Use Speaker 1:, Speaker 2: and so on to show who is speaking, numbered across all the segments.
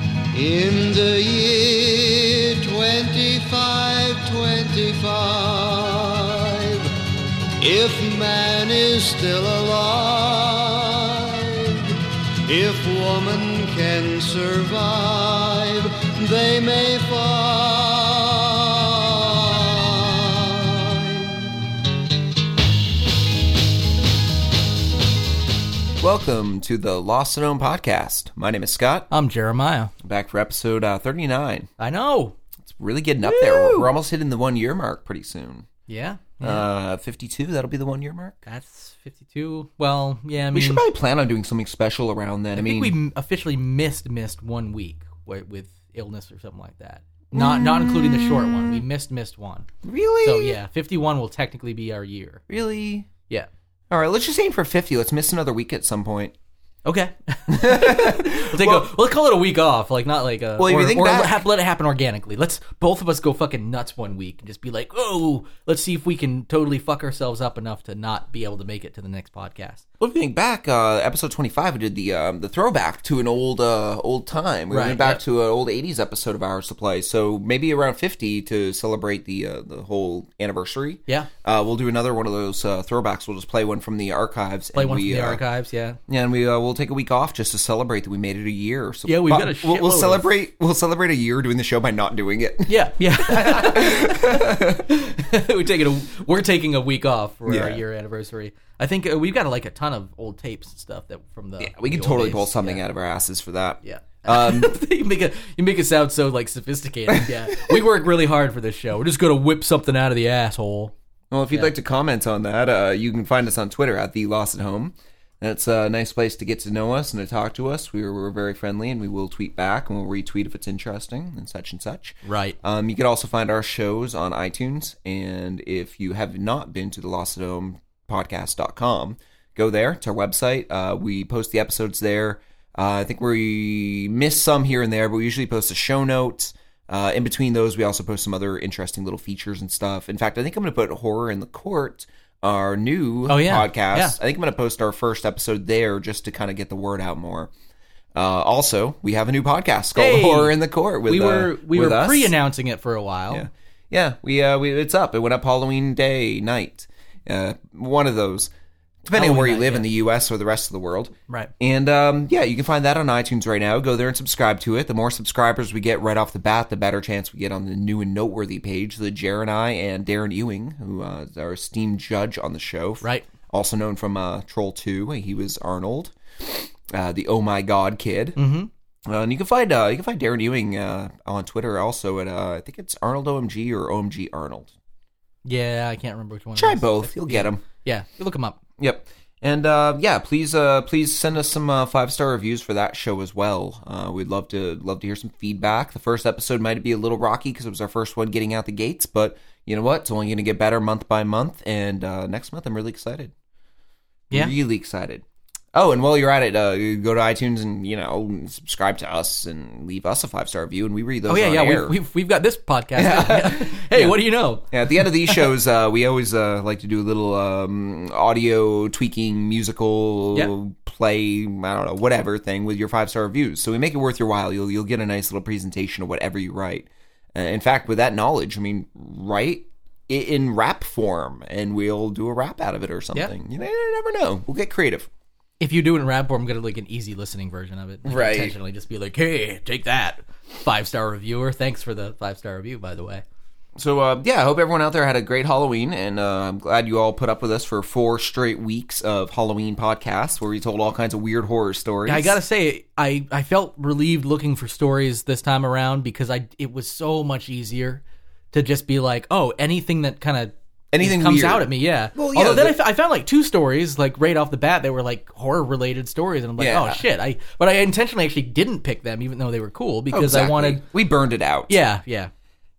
Speaker 1: In the year 2525, if man is still alive, if woman can survive, they may find.
Speaker 2: Welcome to the Lost and Owned podcast. My name is Scott.
Speaker 3: I'm Jeremiah.
Speaker 2: Back for episode uh, 39.
Speaker 3: I know.
Speaker 2: It's really getting up there. We're, we're almost hitting the one year mark pretty soon.
Speaker 3: Yeah.
Speaker 2: Uh, 52, that'll be the one year mark.
Speaker 3: That's 52. Well, yeah, I mean,
Speaker 2: We should probably plan on doing something special around then. I,
Speaker 3: I
Speaker 2: mean,
Speaker 3: think we m- officially missed missed one week wi- with illness or something like that. Not not including the short one. We missed missed one.
Speaker 2: really?
Speaker 3: So yeah, 51 will technically be our year.
Speaker 2: Really?
Speaker 3: Yeah.
Speaker 2: All right, let's just aim for 50. Let's miss another week at some point.
Speaker 3: Okay. we'll take a, we'll call it a week off, like not like a
Speaker 2: Well, if you
Speaker 3: or-
Speaker 2: think
Speaker 3: or
Speaker 2: back-
Speaker 3: have- let it happen organically. Let's both of us go fucking nuts one week and just be like, "Oh, let's see if we can totally fuck ourselves up enough to not be able to make it to the next podcast."
Speaker 2: Well, if you think back, uh, episode twenty-five, we did the um, the throwback to an old uh, old time. We
Speaker 3: Right,
Speaker 2: went back
Speaker 3: yep.
Speaker 2: to an old '80s episode of Our Supply, so maybe around fifty to celebrate the uh, the whole anniversary.
Speaker 3: Yeah.
Speaker 2: uh, we'll do another one of those uh, throwbacks. We'll just play one from the archives.
Speaker 3: Play one from the
Speaker 2: uh,
Speaker 3: archives, yeah.
Speaker 2: Yeah, and we uh, we'll take a week off just to celebrate that we made it a year. So
Speaker 3: Yeah, we've got a
Speaker 2: we'll, we'll
Speaker 3: shitload of-
Speaker 2: celebrate. We'll celebrate a year doing the show by not doing it.
Speaker 3: Yeah, yeah. we take it. A, we're taking a week off for our
Speaker 2: Yeah.
Speaker 3: year anniversary. I think uh, we've got uh, like a ton of old tapes and stuff that from the.
Speaker 2: Yeah, we can
Speaker 3: the old
Speaker 2: totally
Speaker 3: days.
Speaker 2: pull something
Speaker 3: yeah.
Speaker 2: out of our asses for that.
Speaker 3: Yeah.
Speaker 2: Um,
Speaker 3: you make it. You make it sound so like sophisticated. Yeah, we work really hard for this show. We're just gonna whip something out of the asshole.
Speaker 2: Well, if you'd like to comment on that, uh, you can find us on Twitter at the Lost at Home. That's a nice place to get to know us and to talk to us. We're, we're very friendly, and we will tweet back and we'll retweet if it's interesting and such and such.
Speaker 3: Right.
Speaker 2: Um, you can also find our shows on iTunes, and if you have not been to the Lost at Home podcast.com, go there. It's our website. Uh, we post the episodes there. Uh, I think we miss some here and there, but we usually post a show note. Uh, in between those, we also post some other interesting little features and stuff. In fact, I think I'm going to put Horror in the Court, our new
Speaker 3: Oh, yeah.
Speaker 2: podcast.
Speaker 3: Yeah.
Speaker 2: I think I'm going to post our first episode there just to kind of get the word out more. Uh, also, we have a new podcast called
Speaker 3: Hey!
Speaker 2: Horror in the Court with
Speaker 3: we
Speaker 2: uh,
Speaker 3: were we
Speaker 2: with
Speaker 3: were
Speaker 2: us.
Speaker 3: pre-announcing it for a while.
Speaker 2: Yeah, yeah. We uh, we it's up. It went up Halloween day night. Uh, one of those, depending on where you
Speaker 3: Halloween night,
Speaker 2: live
Speaker 3: yeah.
Speaker 2: in the U.S. or the rest of the world.
Speaker 3: Right.
Speaker 2: And um, yeah, you can find that on iTunes right now. Go there and subscribe to it. The more subscribers we get right off the bat, the better chance we get on the new and noteworthy page. The Jer and I and Darren Ewing, who uh, is our esteemed judge on the show,
Speaker 3: Right.
Speaker 2: Also known from uh, Troll Two, he was Arnold, uh, the Oh My God kid. Mm-hmm. Uh, and you can find uh, you can find Darren Ewing uh, on Twitter also at uh, I think it's Arnold OMG or OMG Arnold.
Speaker 3: Yeah, I can't remember which one. it
Speaker 2: Try
Speaker 3: was.
Speaker 2: both, you'll get them.
Speaker 3: Yeah, you look them up.
Speaker 2: Yep. And uh, yeah, please uh, please send us some uh, five star reviews for that show as well. Uh, we'd love to love to hear some feedback. The first episode might be a little rocky because it was our first one getting out the gates, but you know what? It's only going to get better month by month. And uh, next month, I'm really excited.
Speaker 3: Yeah.
Speaker 2: really excited. Oh, and while you're at it, uh, go to iTunes and you know subscribe to us and leave us a five star review, and we read those.
Speaker 3: Oh yeah,
Speaker 2: on
Speaker 3: yeah.
Speaker 2: air.
Speaker 3: We've, we've we've got this podcast. Yeah. Hey, what do you know?
Speaker 2: Yeah, at the end of these shows, uh, we always uh, like to do a little um, audio tweaking, musical
Speaker 3: Yeah.
Speaker 2: play, I don't know, whatever thing with your five star reviews. So we make it worth your while. You'll you'll get a nice little presentation of whatever you write. Uh, in fact, with that knowledge, I mean, write it in rap form, and we'll do a rap out of it or something. You, know, you never know. We'll get creative.
Speaker 3: if you do it in rap form, I'm gonna like an easy listening version of it. Like,
Speaker 2: Right.
Speaker 3: Intentionally, just be like, hey, take that five star reviewer. Thanks for the five star review, by the way.
Speaker 2: So uh, yeah, I hope everyone out there had a great Halloween, and uh, I'm glad you all put up with us for four straight weeks of Halloween podcasts where we told all kinds of weird horror stories.
Speaker 3: I gotta say, I I felt relieved looking for stories this time around because I it was so much easier to just be like, oh, anything that kind of
Speaker 2: Anything
Speaker 3: comes
Speaker 2: weird.
Speaker 3: out at me, yeah.
Speaker 2: Well, yeah,
Speaker 3: Although then
Speaker 2: the-
Speaker 3: I f- I found like two stories like right off the bat that were like horror related stories, and I'm like,
Speaker 2: Yeah.
Speaker 3: oh shit, I but I intentionally actually didn't pick them even though they were cool because I
Speaker 2: Oh, Exactly.
Speaker 3: wanted,
Speaker 2: we burned it out.
Speaker 3: yeah, yeah.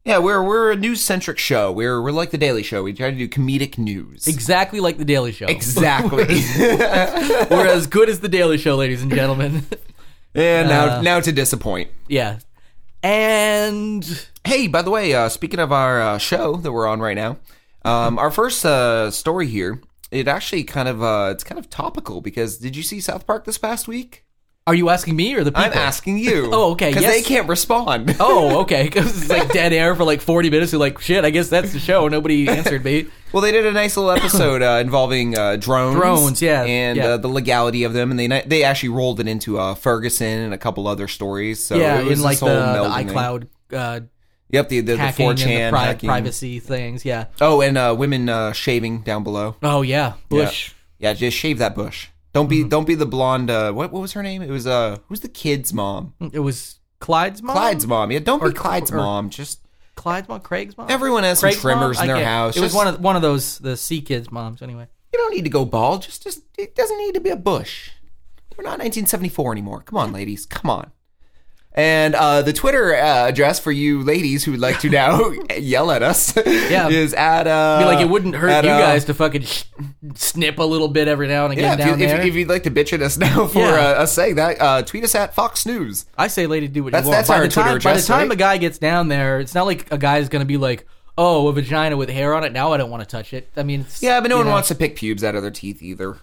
Speaker 2: yeah, we're we're a news centric show. We're we're like the Daily Show. We try to do comedic news.
Speaker 3: Exactly like The Daily Show.
Speaker 2: Exactly.
Speaker 3: We're as good as the Daily Show, ladies and gentlemen.
Speaker 2: and now now to disappoint.
Speaker 3: yeah, and
Speaker 2: Hey, by the way, uh, speaking of our uh, show that we're on right now, um, our first uh, story here. It actually kind of uh, it's kind of topical because did you see South Park this past week?
Speaker 3: Are you asking me or the people?
Speaker 2: I'm asking you.
Speaker 3: Oh, okay,
Speaker 2: Because
Speaker 3: yes.
Speaker 2: they can't respond.
Speaker 3: Oh, okay. Because it's like dead air for like 40 minutes. You're like, shit, I guess that's the show. Nobody answered me.
Speaker 2: Well, they did a nice little episode uh, involving uh, drones,
Speaker 3: Drones, yeah,
Speaker 2: and
Speaker 3: yeah.
Speaker 2: Uh, the legality of them, and they ni- they actually rolled it into uh, Ferguson and a couple other stories. So
Speaker 3: yeah,
Speaker 2: Oh, it was
Speaker 3: in like
Speaker 2: this
Speaker 3: the,
Speaker 2: whole
Speaker 3: the
Speaker 2: melding thing.
Speaker 3: iCloud uh,
Speaker 2: Yep, the the, the
Speaker 3: hacking
Speaker 2: 4chan
Speaker 3: and the pri-
Speaker 2: hacking.
Speaker 3: privacy things. Yeah.
Speaker 2: Oh, and uh, women uh, shaving down below.
Speaker 3: Oh, yeah. Bush.
Speaker 2: Yeah, just shave that bush. Don't be
Speaker 3: Mm-hmm.
Speaker 2: don't be the blonde. Uh, what what was her name? It was uh, who's the kid's mom?
Speaker 3: It was Clyde's mom?
Speaker 2: Clyde's mom. Yeah, don't
Speaker 3: Or-
Speaker 2: be Clyde's
Speaker 3: or-
Speaker 2: mom. Just
Speaker 3: Clyde's mom? Craig's mom?
Speaker 2: everyone has some
Speaker 3: Craig's
Speaker 2: trimmers
Speaker 3: mom?
Speaker 2: in
Speaker 3: I
Speaker 2: their
Speaker 3: can't-
Speaker 2: house.
Speaker 3: It was
Speaker 2: Just-
Speaker 3: one of one of those the C kids moms anyway.
Speaker 2: You don't need to go bald. Just, just it doesn't need to be a bush. We're not 1974 anymore. Come on, ladies. Come on. And uh, the Twitter uh, address for you ladies who would like to now yell at us
Speaker 3: Yeah.
Speaker 2: is at uh,
Speaker 3: Be like it wouldn't hurt
Speaker 2: at,
Speaker 3: you
Speaker 2: uh,
Speaker 3: guys to fucking sh- snip a little bit every now and
Speaker 2: Yeah,
Speaker 3: again
Speaker 2: if,
Speaker 3: down
Speaker 2: you,
Speaker 3: there.
Speaker 2: if, if you'd like to bitch at us now for
Speaker 3: Yeah.
Speaker 2: uh, us saying that, uh, tweet us at Fox News.
Speaker 3: I say, lady, do what
Speaker 2: That's-
Speaker 3: you want.
Speaker 2: that's
Speaker 3: by
Speaker 2: our
Speaker 3: the time,
Speaker 2: Twitter
Speaker 3: by the
Speaker 2: address,
Speaker 3: time
Speaker 2: right?
Speaker 3: a guy gets down there, it's not like a guy's going to be like, "Oh, a vagina with hair on it." Now I don't want to touch it. I mean, it's-
Speaker 2: Yeah, but no
Speaker 3: you
Speaker 2: one
Speaker 3: know.
Speaker 2: wants to pick pubes out of their teeth either.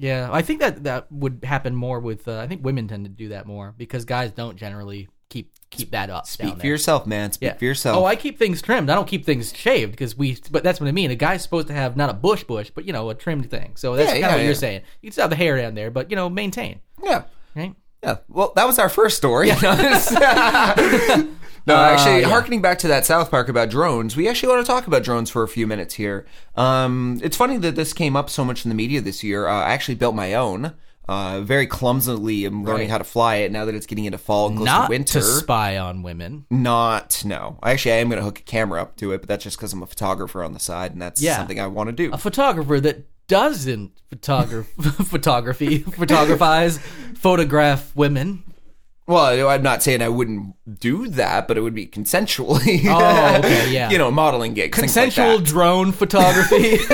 Speaker 3: Yeah, I think that that would happen more with. Uh, I think women tend to do that more because guys don't generally keep keep that up.
Speaker 2: Speak
Speaker 3: down
Speaker 2: for
Speaker 3: there.
Speaker 2: yourself, man. Speak
Speaker 3: Yeah.
Speaker 2: for yourself.
Speaker 3: Oh, I keep things trimmed. I don't keep things shaved because we. But that's what I mean. A guy's supposed to have not a bush bush, but you know, a trimmed thing. So that's
Speaker 2: Yeah,
Speaker 3: kind of
Speaker 2: yeah,
Speaker 3: what
Speaker 2: yeah.
Speaker 3: you're saying. You can still have the hair down there, but you know, maintain.
Speaker 2: yeah.
Speaker 3: Right?
Speaker 2: Yeah. Well, that was our first story. no,
Speaker 3: Uh,
Speaker 2: actually, harkening back to that South Park about drones, we actually want to talk about drones for a few minutes here. Um, it's funny that this came up so much in the media this year. Uh, I actually built my own. Uh, very clumsily, I'm learning
Speaker 3: Right.
Speaker 2: how to fly it now that it's getting into fall and close
Speaker 3: Not
Speaker 2: to winter.
Speaker 3: to spy on women.
Speaker 2: Not no. Actually, I am going to hook a camera up to it, but that's just because I'm a photographer on the side, and that's
Speaker 3: Yeah.
Speaker 2: something I want to do.
Speaker 3: a photographer that doesn't photograph photography photographize photograph women.
Speaker 2: Well, I'm not saying I wouldn't do that, but it would be consensually.
Speaker 3: Oh, okay, yeah.
Speaker 2: you know, modeling gigs, things like
Speaker 3: Consensual drone photography.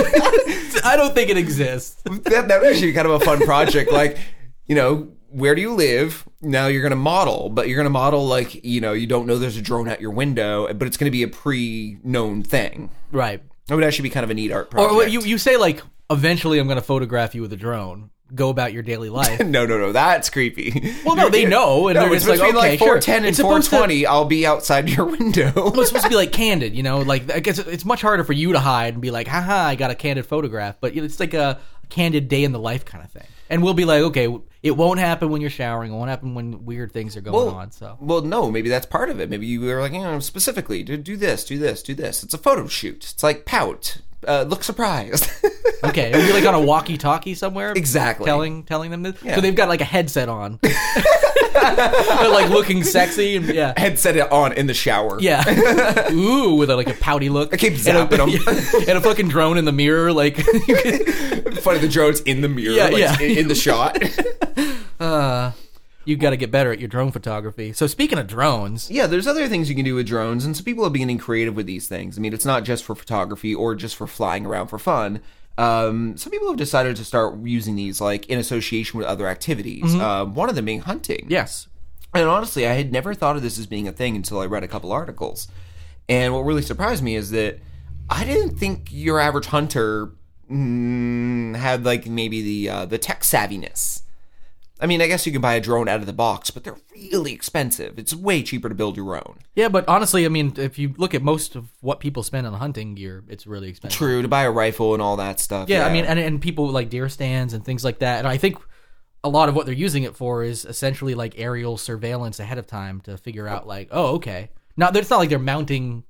Speaker 3: I don't think it exists.
Speaker 2: that. that. That would actually be kind of a fun project. Like, you know, where do you live? Now you're going to model, but you're going to model like you know you don't know there's a drone at your window, but it's going to be a pre-known thing.
Speaker 3: Right.
Speaker 2: That would actually be kind of a neat art project.
Speaker 3: Or what Oh, you you say like eventually I'm going to photograph you with a drone. Go about your daily life.
Speaker 2: no, no, no, that's creepy.
Speaker 3: Well, no, they know, and
Speaker 2: no,
Speaker 3: they're
Speaker 2: it's
Speaker 3: just like,
Speaker 2: between
Speaker 3: okay,
Speaker 2: like
Speaker 3: sure.
Speaker 2: 410 and
Speaker 3: It's supposed to-
Speaker 2: 420. I'll be outside your window.
Speaker 3: Well, it's supposed to be like candid, you know. Like I guess it's much harder for you to hide and be like, "Haha, I got a candid photograph." But you know, it's like a candid day in the life kind of thing. And we'll be like, "Okay, it won't happen when you're showering. It won't happen when weird things are going on." So
Speaker 2: Well, no, maybe that's part of it. Maybe you were like, you know, specifically, do, do this, do this, do this. It's a photo shoot. It's like pout, uh, look surprised.
Speaker 3: Okay, are you like on a walkie-talkie somewhere?
Speaker 2: Exactly.
Speaker 3: Telling telling them this.
Speaker 2: Yeah.
Speaker 3: So they've got like a headset on. They're like looking sexy and yeah.
Speaker 2: Headset it on in the shower.
Speaker 3: Yeah. Ooh, with a, like a pouty look.
Speaker 2: I keep
Speaker 3: and a,
Speaker 2: zapping 'em.
Speaker 3: and a fucking drone in the mirror. Like,
Speaker 2: Funny, the drone's in the mirror,
Speaker 3: Yeah,
Speaker 2: like,
Speaker 3: yeah.
Speaker 2: In, in the shot.
Speaker 3: you got to get better at your drone photography. So speaking of drones,
Speaker 2: yeah, there's other things you can do with drones, and so people are beginning creative with these things. I mean, it's not just for photography or just for flying around for fun. Um, some people have decided to start using these, like in association with other activities.
Speaker 3: Mm-hmm.
Speaker 2: Uh, one of them being hunting.
Speaker 3: yes.
Speaker 2: And honestly, I had never thought of this as being a thing until I read a couple articles. And what really surprised me is that I didn't think your average hunter mm, had like maybe the uh, the tech savviness. I mean, I guess you can buy a drone out of the box, but they're really expensive. It's way cheaper to build your own.
Speaker 3: Yeah, but honestly, I mean, if you look at most of what people spend on hunting gear, it's really expensive.
Speaker 2: True to buy a rifle and all that stuff.
Speaker 3: Yeah, I mean, and, and people like deer stands and things like that. And I think a lot of what they're using it for is essentially like aerial surveillance ahead of time to figure out like, oh, okay. Now it's not like they're mounting,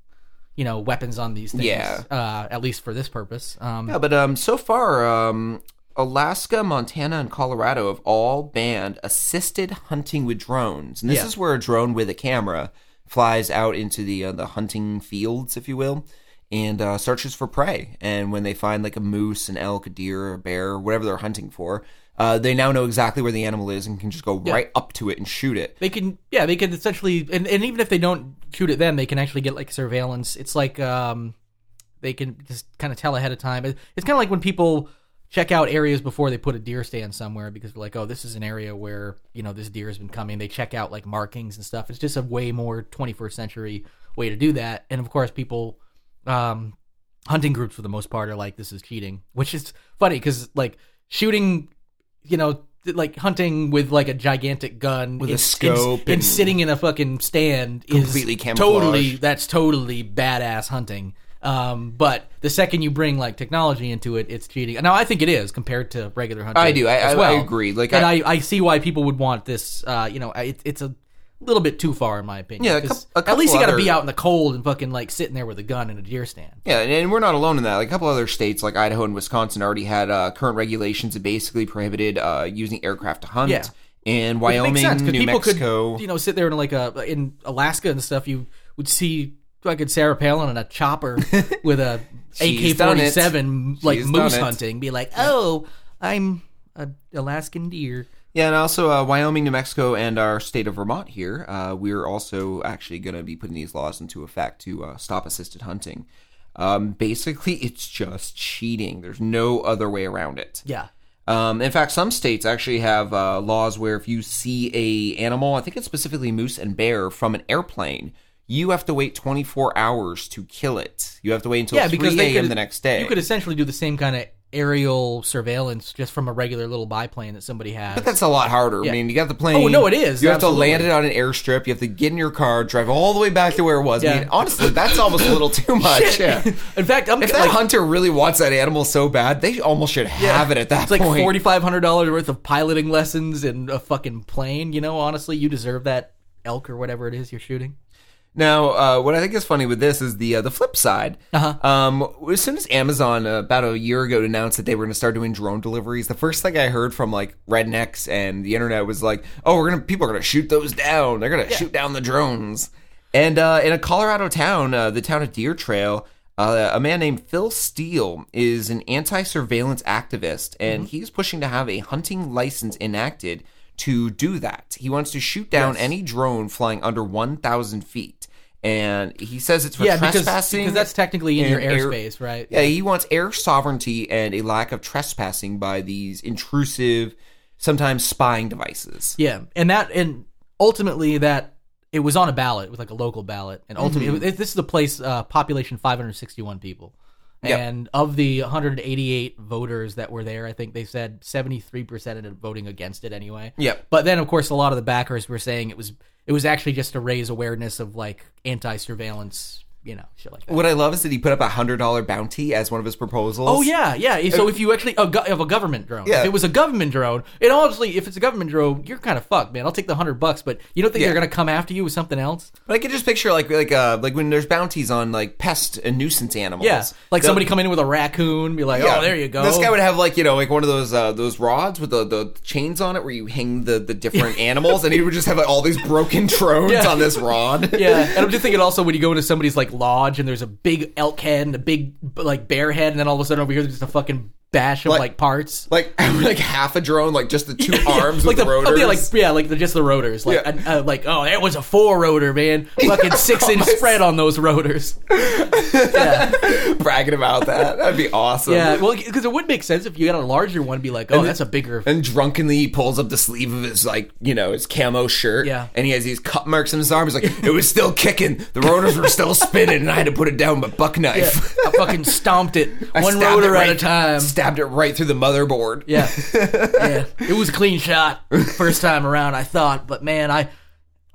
Speaker 3: you know, weapons on these things.
Speaker 2: Yeah.
Speaker 3: Uh, at least for this purpose. Um,
Speaker 2: Yeah, but um, so far, um, Alaska, Montana, and Colorado have all banned assisted hunting with drones, and this
Speaker 3: Yeah.
Speaker 2: is where a drone with a camera flies out into the uh, the hunting fields, if you will, and uh, searches for prey. And when they find like a moose, an elk, a deer, a bear, whatever they're hunting for, uh, they now know exactly where the animal is and can just go right up to it and shoot it.
Speaker 3: They can, yeah, they can essentially, and, and even if they don't shoot at them, they can actually get like surveillance. It's like um, they can just kind of tell ahead of time. It- It's kind of like when people check out areas before they put a deer stand somewhere because they're like, oh, this is an area where you know this deer has been coming. They check out like markings and stuff. It's just a way more 21st century way to do that. And of course, people um, hunting groups for the most part are like this is cheating which is funny because like shooting you know like hunting with like a gigantic gun
Speaker 2: With a
Speaker 3: and- and-
Speaker 2: scope
Speaker 3: and,
Speaker 2: and-
Speaker 3: sitting in a fucking stand is
Speaker 2: Completely camouflaged.
Speaker 3: totally that's totally badass hunting. Um, but the second you bring like technology into it, it's cheating. Now I think it is compared to regular hunting.
Speaker 2: I do. I-
Speaker 3: as
Speaker 2: I-
Speaker 3: well.
Speaker 2: I agree. Like,
Speaker 3: and
Speaker 2: I-
Speaker 3: I, I see why people would want this. Uh, you know, I- it, it's a little bit too far in my opinion.
Speaker 2: Yeah, a
Speaker 3: 'cause
Speaker 2: coup- a
Speaker 3: at least you
Speaker 2: couple
Speaker 3: got to be
Speaker 2: other-
Speaker 3: out in the cold and fucking like sitting there with a gun in a deer stand.
Speaker 2: Yeah, and, and we're not alone in that. Like a couple other states, like Idaho and Wisconsin, already had uh, current regulations that basically prohibited uh, using aircraft to hunt.
Speaker 3: Yeah.
Speaker 2: And
Speaker 3: Which
Speaker 2: Wyoming,
Speaker 3: makes sense, 'cause
Speaker 2: New
Speaker 3: people
Speaker 2: Mexico,
Speaker 3: Could, you know, sit there in like a in Alaska and stuff. You would see fucking Sarah Palin in a chopper with a
Speaker 2: She's
Speaker 3: AK
Speaker 2: done it.
Speaker 3: forty seven like
Speaker 2: She's done
Speaker 3: moose
Speaker 2: it.
Speaker 3: hunting. Be like, oh, I'm a Alaskan deer.
Speaker 2: yeah, and also uh, Wyoming, New Mexico, and our state of Vermont here, uh, we're also actually going to be putting these laws into effect to uh, stop assisted hunting. Um, basically, it's just cheating. There's no other way around it.
Speaker 3: Yeah,
Speaker 2: Um, in fact, some states actually have uh, laws where if you see a animal, I think it's specifically moose and bear, from an airplane, you have to wait 24 hours to kill it. You have to wait until
Speaker 3: yeah,
Speaker 2: 3
Speaker 3: because they
Speaker 2: a.m.
Speaker 3: could-
Speaker 2: the next day.
Speaker 3: You could essentially do the same kind of aerial surveillance just from a regular little biplane that somebody has.
Speaker 2: but that's a lot harder. I
Speaker 3: Yeah.
Speaker 2: mean, you got the plane.
Speaker 3: Oh, no, it is,
Speaker 2: You have
Speaker 3: absolutely.
Speaker 2: to land it on an airstrip. You have to get in your car, drive all the way back to where it was. I
Speaker 3: Yeah.
Speaker 2: mean, honestly, that's almost a little too much. Yeah.
Speaker 3: in fact, I'm
Speaker 2: If that
Speaker 3: like,
Speaker 2: hunter really wants that animal so bad, they almost should have it at that
Speaker 3: It's like
Speaker 2: point.
Speaker 3: forty five hundred dollars worth of piloting lessons and a fucking plane. You know, honestly, you deserve that elk or whatever it is you're shooting.
Speaker 2: Now, uh, what I think is funny with this is the uh, the flip side.
Speaker 3: Uh-huh.
Speaker 2: Um, as soon as Amazon uh, about a year ago announced that they were going to start doing drone deliveries, the first thing I heard from like rednecks and the internet was like, "Oh, we're gonna people are gonna shoot those down. They're gonna shoot down the drones." And uh, in a Colorado town, uh, the town of Deer Trail, uh, a man named Phil Steele is an anti-surveillance activist, and he's pushing to have a hunting license enacted to do that. He wants to shoot down any drone flying under 1,000 feet. And he says it's for
Speaker 3: yeah, because,
Speaker 2: trespassing.
Speaker 3: because that's technically in your
Speaker 2: and air-
Speaker 3: airspace, right?
Speaker 2: Yeah, he wants air sovereignty and a lack of trespassing by these intrusive, sometimes spying devices.
Speaker 3: Yeah, and that and ultimately that it was on a ballot with like a local ballot, and ultimately
Speaker 2: Mm-hmm.
Speaker 3: it was- this is the place uh, population five hundred sixty one people.
Speaker 2: Yep.
Speaker 3: And of the 188 voters that were there, I think they said 73% ended up voting against it anyway.
Speaker 2: Yep.
Speaker 3: But then, of course, a lot of the backers were saying it was it was actually just to raise awareness of like anti-surveillance, you know, shit like that.
Speaker 2: What I love is that he put up a hundred dollar bounty as one of his proposals.
Speaker 3: Oh yeah, yeah. So if you actually a, go- of a government drone,
Speaker 2: Yeah.
Speaker 3: if it was a government drone, and honestly, if it's a government drone, you're kind of fucked, man. I'll take the hundred bucks, but you don't think they're gonna come after you with something else?
Speaker 2: But I could just picture like like uh like when there's bounties on like pest and nuisance animals.
Speaker 3: Yeah, like
Speaker 2: They'll-
Speaker 3: somebody come in with a raccoon, be like,
Speaker 2: Yeah.
Speaker 3: oh, there you go.
Speaker 2: This guy would have like you know like one of those uh, those rods with the, the chains on it where you hang the, the different animals, and he would just have like, all these broken drones
Speaker 3: Yeah.
Speaker 2: on this rod.
Speaker 3: yeah, and I'm just thinking also when you go into somebody's like lodge and there's a big elk head and a big like bear head, and then all of a sudden over here there's just a fucking bash of
Speaker 2: Like-
Speaker 3: like, parts.
Speaker 2: like like half a drone, like just the two arms
Speaker 3: like
Speaker 2: with the,
Speaker 3: oh,
Speaker 2: rotors.
Speaker 3: yeah, like yeah, like the, just the rotors. Like,
Speaker 2: Yeah.
Speaker 3: uh, uh, like oh, that was a four rotor, man. Fucking six inch spread on those rotors. yeah.
Speaker 2: bragging about that. That'd be awesome.
Speaker 3: Yeah, well, because it would make sense if you got a larger one, be like, oh, that's a bigger.
Speaker 2: And drunkenly, he pulls up the sleeve of his like you know his camo shirt.
Speaker 3: Yeah.
Speaker 2: And he has these cut marks in his arm. He's like, it was still kicking. The rotors were still spinning, and I had to put it down with a buck knife.
Speaker 3: I fucking stomped it
Speaker 2: I
Speaker 3: one
Speaker 2: stabbed
Speaker 3: rotor
Speaker 2: it right-
Speaker 3: at a time.
Speaker 2: Stabbed it right through the motherboard.
Speaker 3: Yeah, yeah, it was a clean shot first time around. I thought, but man, I.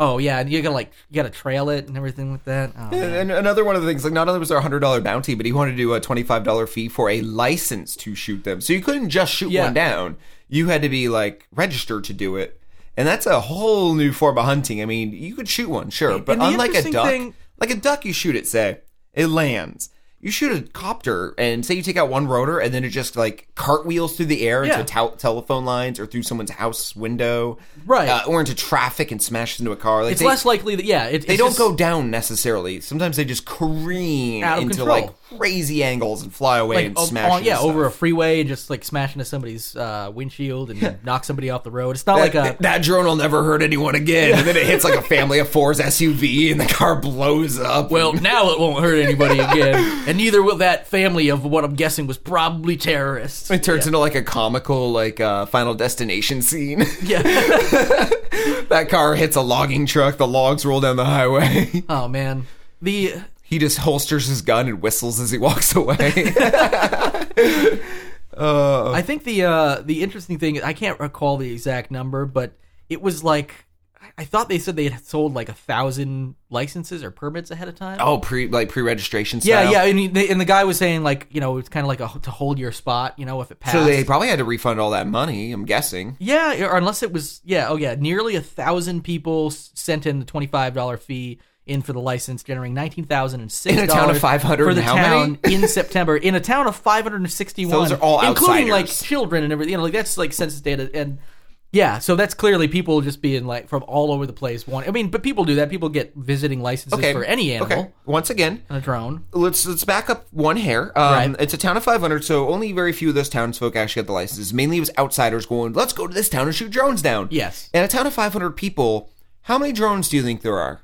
Speaker 3: Oh yeah, and you gotta like you gotta trail it and everything like that. Oh, man.
Speaker 2: And another one of the things, like not only was there a hundred dollar bounty, but he wanted to do a twenty five dollar fee for a license to shoot them. So you couldn't just shoot
Speaker 3: Yeah.
Speaker 2: one down; you had to be like registered to do it, and that's a whole new form of hunting. I mean, you could shoot one, sure, but
Speaker 3: and the
Speaker 2: unlike a
Speaker 3: interesting
Speaker 2: duck,
Speaker 3: thing-
Speaker 2: like a duck, you shoot it, say it lands. You shoot a copter, and say you take out one rotor, and then it just like cartwheels through the air
Speaker 3: Yeah.
Speaker 2: into tel- telephone lines or through someone's house window,
Speaker 3: Right.
Speaker 2: Uh, or into traffic and smashes into a car. Like
Speaker 3: It's
Speaker 2: they-
Speaker 3: less likely that yeah, it,
Speaker 2: they don't go down necessarily. Sometimes they just careen
Speaker 3: Out of
Speaker 2: into
Speaker 3: control.
Speaker 2: like crazy angles and fly away and
Speaker 3: like o-
Speaker 2: smash.
Speaker 3: on-
Speaker 2: into
Speaker 3: yeah over a
Speaker 2: stuff.
Speaker 3: freeway and just like smash into somebody's uh, windshield and knock somebody off the road. It's not like a
Speaker 2: that, that drone will never hurt anyone again. And then it hits like a family of four's SUV, and the car blows up.
Speaker 3: Well, now it won't hurt anybody again, and neither will that family of what I'm guessing was probably terrorists.
Speaker 2: it turns into like a comical like uh, Final Destination scene.
Speaker 3: Yeah.
Speaker 2: that car hits a logging truck. The logs roll down the highway.
Speaker 3: oh man. The
Speaker 2: he just holsters his gun and whistles as he walks away. Oh.
Speaker 4: Uh,
Speaker 3: I think the uh, the interesting thing I can't recall the exact number, but it was like I- I thought they said they had sold like a thousand licenses or permits ahead of time.
Speaker 2: Oh, pre like pre-registration.
Speaker 3: yeah,
Speaker 2: style.
Speaker 3: yeah, and, he, they- and the guy was saying like you know it's kind of like a to hold your spot, you know, if it passed.
Speaker 2: So they probably had to refund all that money. I'm guessing.
Speaker 3: yeah, or unless it was yeah, oh yeah, nearly a thousand people s- sent in the twenty five dollar fee in for the license, generating nineteen thousand and six
Speaker 2: In a town of 500
Speaker 3: for the
Speaker 2: and how
Speaker 3: town in September in a town of five hundred and sixty one.
Speaker 2: Those are all
Speaker 3: including like
Speaker 2: outsiders.
Speaker 3: children and everything. You know, like that's like census data and. Yeah, so that's clearly people just being like from all over the place. One, I mean, but people do that. People get visiting licenses
Speaker 2: Okay.
Speaker 3: for any animal
Speaker 2: Okay. Once again,
Speaker 3: on a drone.
Speaker 2: let's let's back up one hair. Um,
Speaker 3: Right.
Speaker 2: It's a town of 500, so only very few of those townsfolk actually got the licenses. Mainly it was outsiders going, let's go to this town and shoot drones down.
Speaker 3: Yes.
Speaker 2: In a town of 500 people, how many drones do you think there are?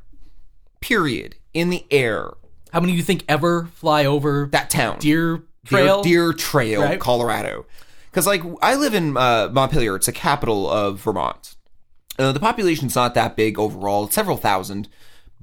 Speaker 2: Period. In the air.
Speaker 3: How many do you think ever fly over
Speaker 2: That town.
Speaker 3: deer trail?
Speaker 2: Deer, Deer Trail,
Speaker 3: Right.
Speaker 2: Colorado. Because like I live in uh, Montpelier, it's a capital of Vermont. Uh, the population's not that big overall; it's several thousand.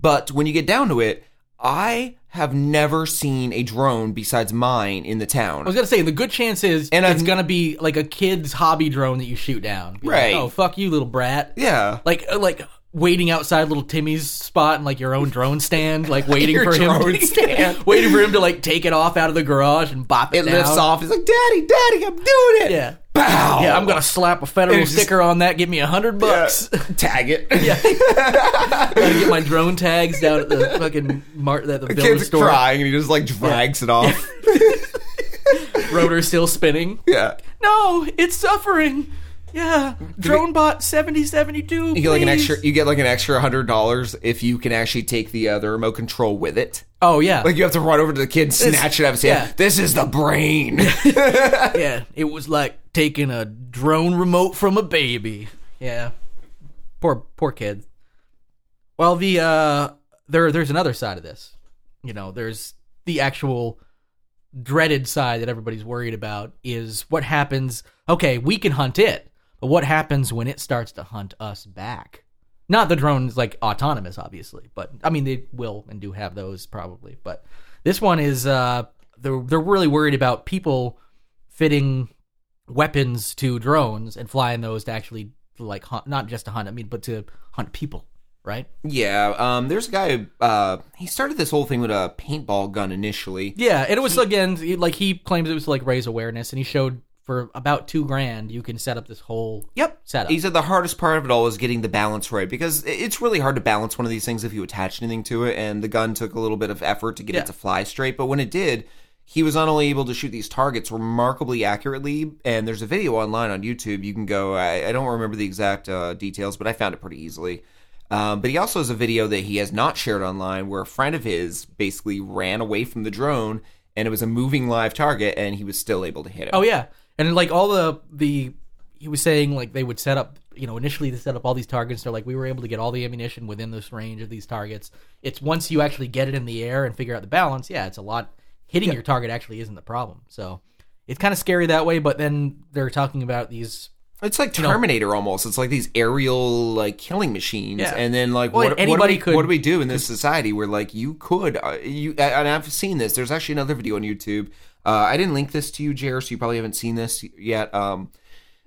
Speaker 2: But when you get down to it, I have never seen a drone besides mine in the town.
Speaker 3: I was gonna say the good chance is
Speaker 2: And
Speaker 3: it's
Speaker 2: I've-
Speaker 3: gonna be like a kid's hobby drone that you shoot down. Be like,
Speaker 2: Right.
Speaker 3: oh fuck you, little brat.
Speaker 2: yeah,
Speaker 3: Like uh, like waiting outside little Timmy's spot in like your own drone stand, like waiting
Speaker 2: Your
Speaker 3: for
Speaker 2: drone
Speaker 3: him,
Speaker 2: stand.
Speaker 3: waiting for him to like take it off out of the garage and bop it.
Speaker 2: it lifts
Speaker 3: down.
Speaker 2: off. It's like, Daddy, Daddy, I'm doing it.
Speaker 3: Yeah.
Speaker 2: bow.
Speaker 3: Yeah, I'm gonna slap a federal
Speaker 2: And it's just-
Speaker 3: sticker on that. Give me a hundred bucks.
Speaker 2: tag it.
Speaker 3: Yeah. Gotta get my drone tags down at the fucking mart at the village
Speaker 2: Kid's
Speaker 3: store.
Speaker 2: crying and he just like drags it off.
Speaker 3: Rotor still spinning.
Speaker 2: yeah.
Speaker 3: No, it's suffering. Yeah, DroneBot seventy seventy two.
Speaker 2: You get like an extra. You get like an extra hundred dollars if you can actually take the uh, the remote control with it.
Speaker 3: Oh yeah,
Speaker 2: Like you have to run over to the kid, snatch it out of his hand.
Speaker 3: yeah.
Speaker 2: This is the brain.
Speaker 3: yeah. It was like taking a drone remote from a baby. Yeah, poor poor kid. Well, the uh, there there's another side of this. You know, there's the actual dreaded side that everybody's worried about is what happens. Okay, we can hunt it, but what happens when it starts to hunt us back? Not the drones like autonomous, obviously, but I mean they will and do have those probably. But this one is uh, they're they're really worried about people fitting weapons to drones and flying those to actually like hunt, not just to hunt. I mean, but to hunt people, right?
Speaker 2: yeah. Um. There's a guy. Uh. He started this whole thing with a paintball gun initially.
Speaker 3: Yeah, and it was again he- like he claims it was to, like raise awareness, and he showed for about two grand you can set up this whole
Speaker 2: Yep.
Speaker 3: setup.
Speaker 2: He said the hardest part of it all was getting the balance right because i- it's really hard to balance one of these things if you attach anything to it. And the gun took a little bit of effort to get
Speaker 3: Yeah.
Speaker 2: it to fly straight. But when it did, he was not only able to shoot these targets remarkably accurately, and there's a video online on YouTube. You can go, I, I don't remember the exact uh, details, but I found it pretty easily. Um, but he also has a video that he has not shared online where a friend of his basically ran away from the drone and it was a moving live target and he was still able to hit it.
Speaker 3: Oh yeah, and like all the the he was saying like they would set up you know initially they set up all these targets. They're like we were able to get all the ammunition within this range of these targets. It's once you actually get it in the air and figure out the balance. Yeah, it's a lot. Hitting your target actually isn't the problem. So it's kind of scary that way. But then they're talking about these.
Speaker 2: It's like Terminator almost. It's like these aerial like killing machines,
Speaker 3: Yeah.
Speaker 2: and then like
Speaker 3: Well,
Speaker 2: what,
Speaker 3: anybody
Speaker 2: what do we,
Speaker 3: could-
Speaker 2: what do we do in this society where like you could uh, you and I've seen this. There's actually another video on YouTube. Uh, I didn't link this to you, Jer, so you probably haven't seen this yet. Um,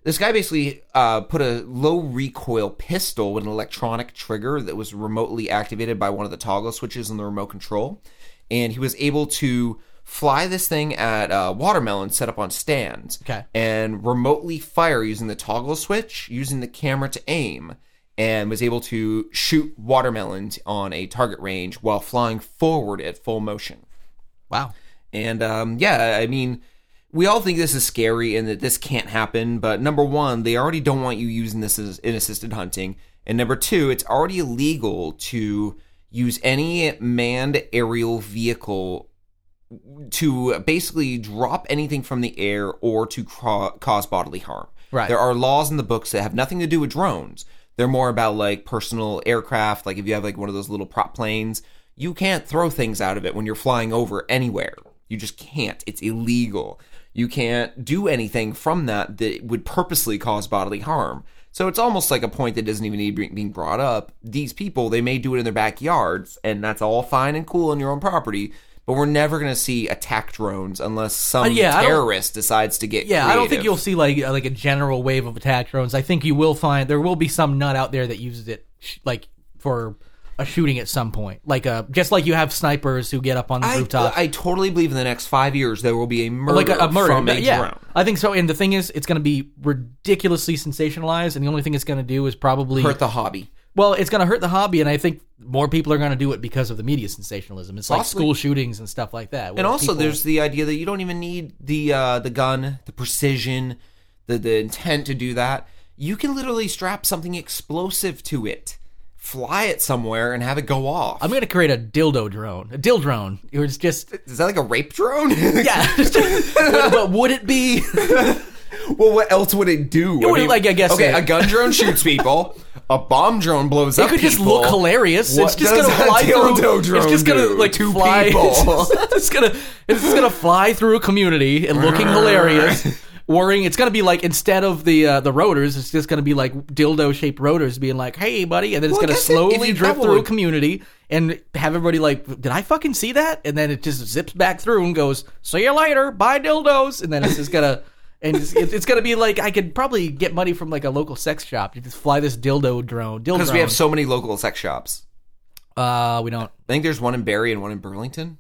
Speaker 2: this guy basically uh, put a low recoil pistol with an electronic trigger that was remotely activated by one of the toggle switches in the remote control, and he was able to fly this thing at uh, watermelon set up on stands
Speaker 3: Okay.
Speaker 2: and remotely fire using the toggle switch, using the camera to aim, and was able to shoot watermelons on a target range while flying forward at full motion.
Speaker 3: Wow.
Speaker 2: And um, yeah, I mean, we all think this is scary and that this can't happen. But number one, they already don't want you using this as, in assisted hunting, and number two, it's already illegal to use any manned aerial vehicle to basically drop anything from the air or to ca- cause bodily harm.
Speaker 3: Right.
Speaker 2: There are laws in the books that have nothing to do with drones. They're more about like personal aircraft. Like if you have like one of those little prop planes, you can't throw things out of it when you're flying over anywhere. You just can't. It's illegal. You can't do anything from that that would purposely cause bodily harm. So it's almost like a point that doesn't even need be- being brought up. These people, they may do it in their backyards, and that's all fine and cool on your own property. But we're never going to see attack drones unless some
Speaker 3: Uh, yeah, I don't-
Speaker 2: terrorist decides to get.
Speaker 3: Yeah, I don't think
Speaker 2: creative.
Speaker 3: you'll see like uh, like a general wave of attack drones. I think you will find there will be some nut out there that uses it sh- like for a shooting at some point. Like uh just like you have snipers who get up on the
Speaker 2: I,
Speaker 3: rooftop.
Speaker 2: I totally believe in the next five years there will be a murder,
Speaker 3: like a, a murder,
Speaker 2: from a
Speaker 3: yeah.
Speaker 2: drone.
Speaker 3: I think so. And the thing is, it's going to be ridiculously sensationalized, and the only thing it's going to do is probably
Speaker 2: Hurt the hobby.
Speaker 3: well, it's going to hurt the hobby, and I think more people are going to do it because of the media sensationalism. It's like
Speaker 2: Possibly.
Speaker 3: school shootings and stuff like that.
Speaker 2: And also, there's the idea that you don't even need the uh, the gun, the precision, the the intent to do that. You can literally strap something explosive to it, fly it somewhere, and have it go off.
Speaker 3: I'm going to create a dildo drone, a dill drone. It was just
Speaker 2: Is that like a rape drone?
Speaker 3: yeah. but, but would it be?
Speaker 2: well, what else would it do?
Speaker 3: would, like, I guess
Speaker 2: Okay,
Speaker 3: it-
Speaker 2: a gun drone shoots people. A bomb drone blows
Speaker 3: It
Speaker 2: up.
Speaker 3: could just
Speaker 2: people.
Speaker 3: look hilarious.
Speaker 2: What
Speaker 3: it's just
Speaker 2: does
Speaker 3: gonna
Speaker 2: a
Speaker 3: fly
Speaker 2: dildo
Speaker 3: through. it's
Speaker 2: drone
Speaker 3: just gonna
Speaker 2: do
Speaker 3: like
Speaker 2: to
Speaker 3: fly.
Speaker 2: people?
Speaker 3: It's just, it's gonna it's just gonna fly through a community and looking hilarious. Worrying, it's gonna be like instead of the uh, the rotors, it's just gonna be like dildo shaped rotors being like, "Hey, buddy," and then it's
Speaker 2: Well, I
Speaker 3: gonna
Speaker 2: guess if- if
Speaker 3: slowly
Speaker 2: you
Speaker 3: drift
Speaker 2: double
Speaker 3: through a
Speaker 2: it-
Speaker 3: community and have everybody like, "Did I fucking see that?" And then it just zips back through and goes, "See you later, bye dildos," and then it's just gonna. And it's, it's gonna be like I could probably get money from like a local sex shop. You just fly this dildo drone, dildo
Speaker 2: because we have so many local sex shops.
Speaker 3: uh, we don't.
Speaker 2: I think there's one in Barrie and one in Burlington.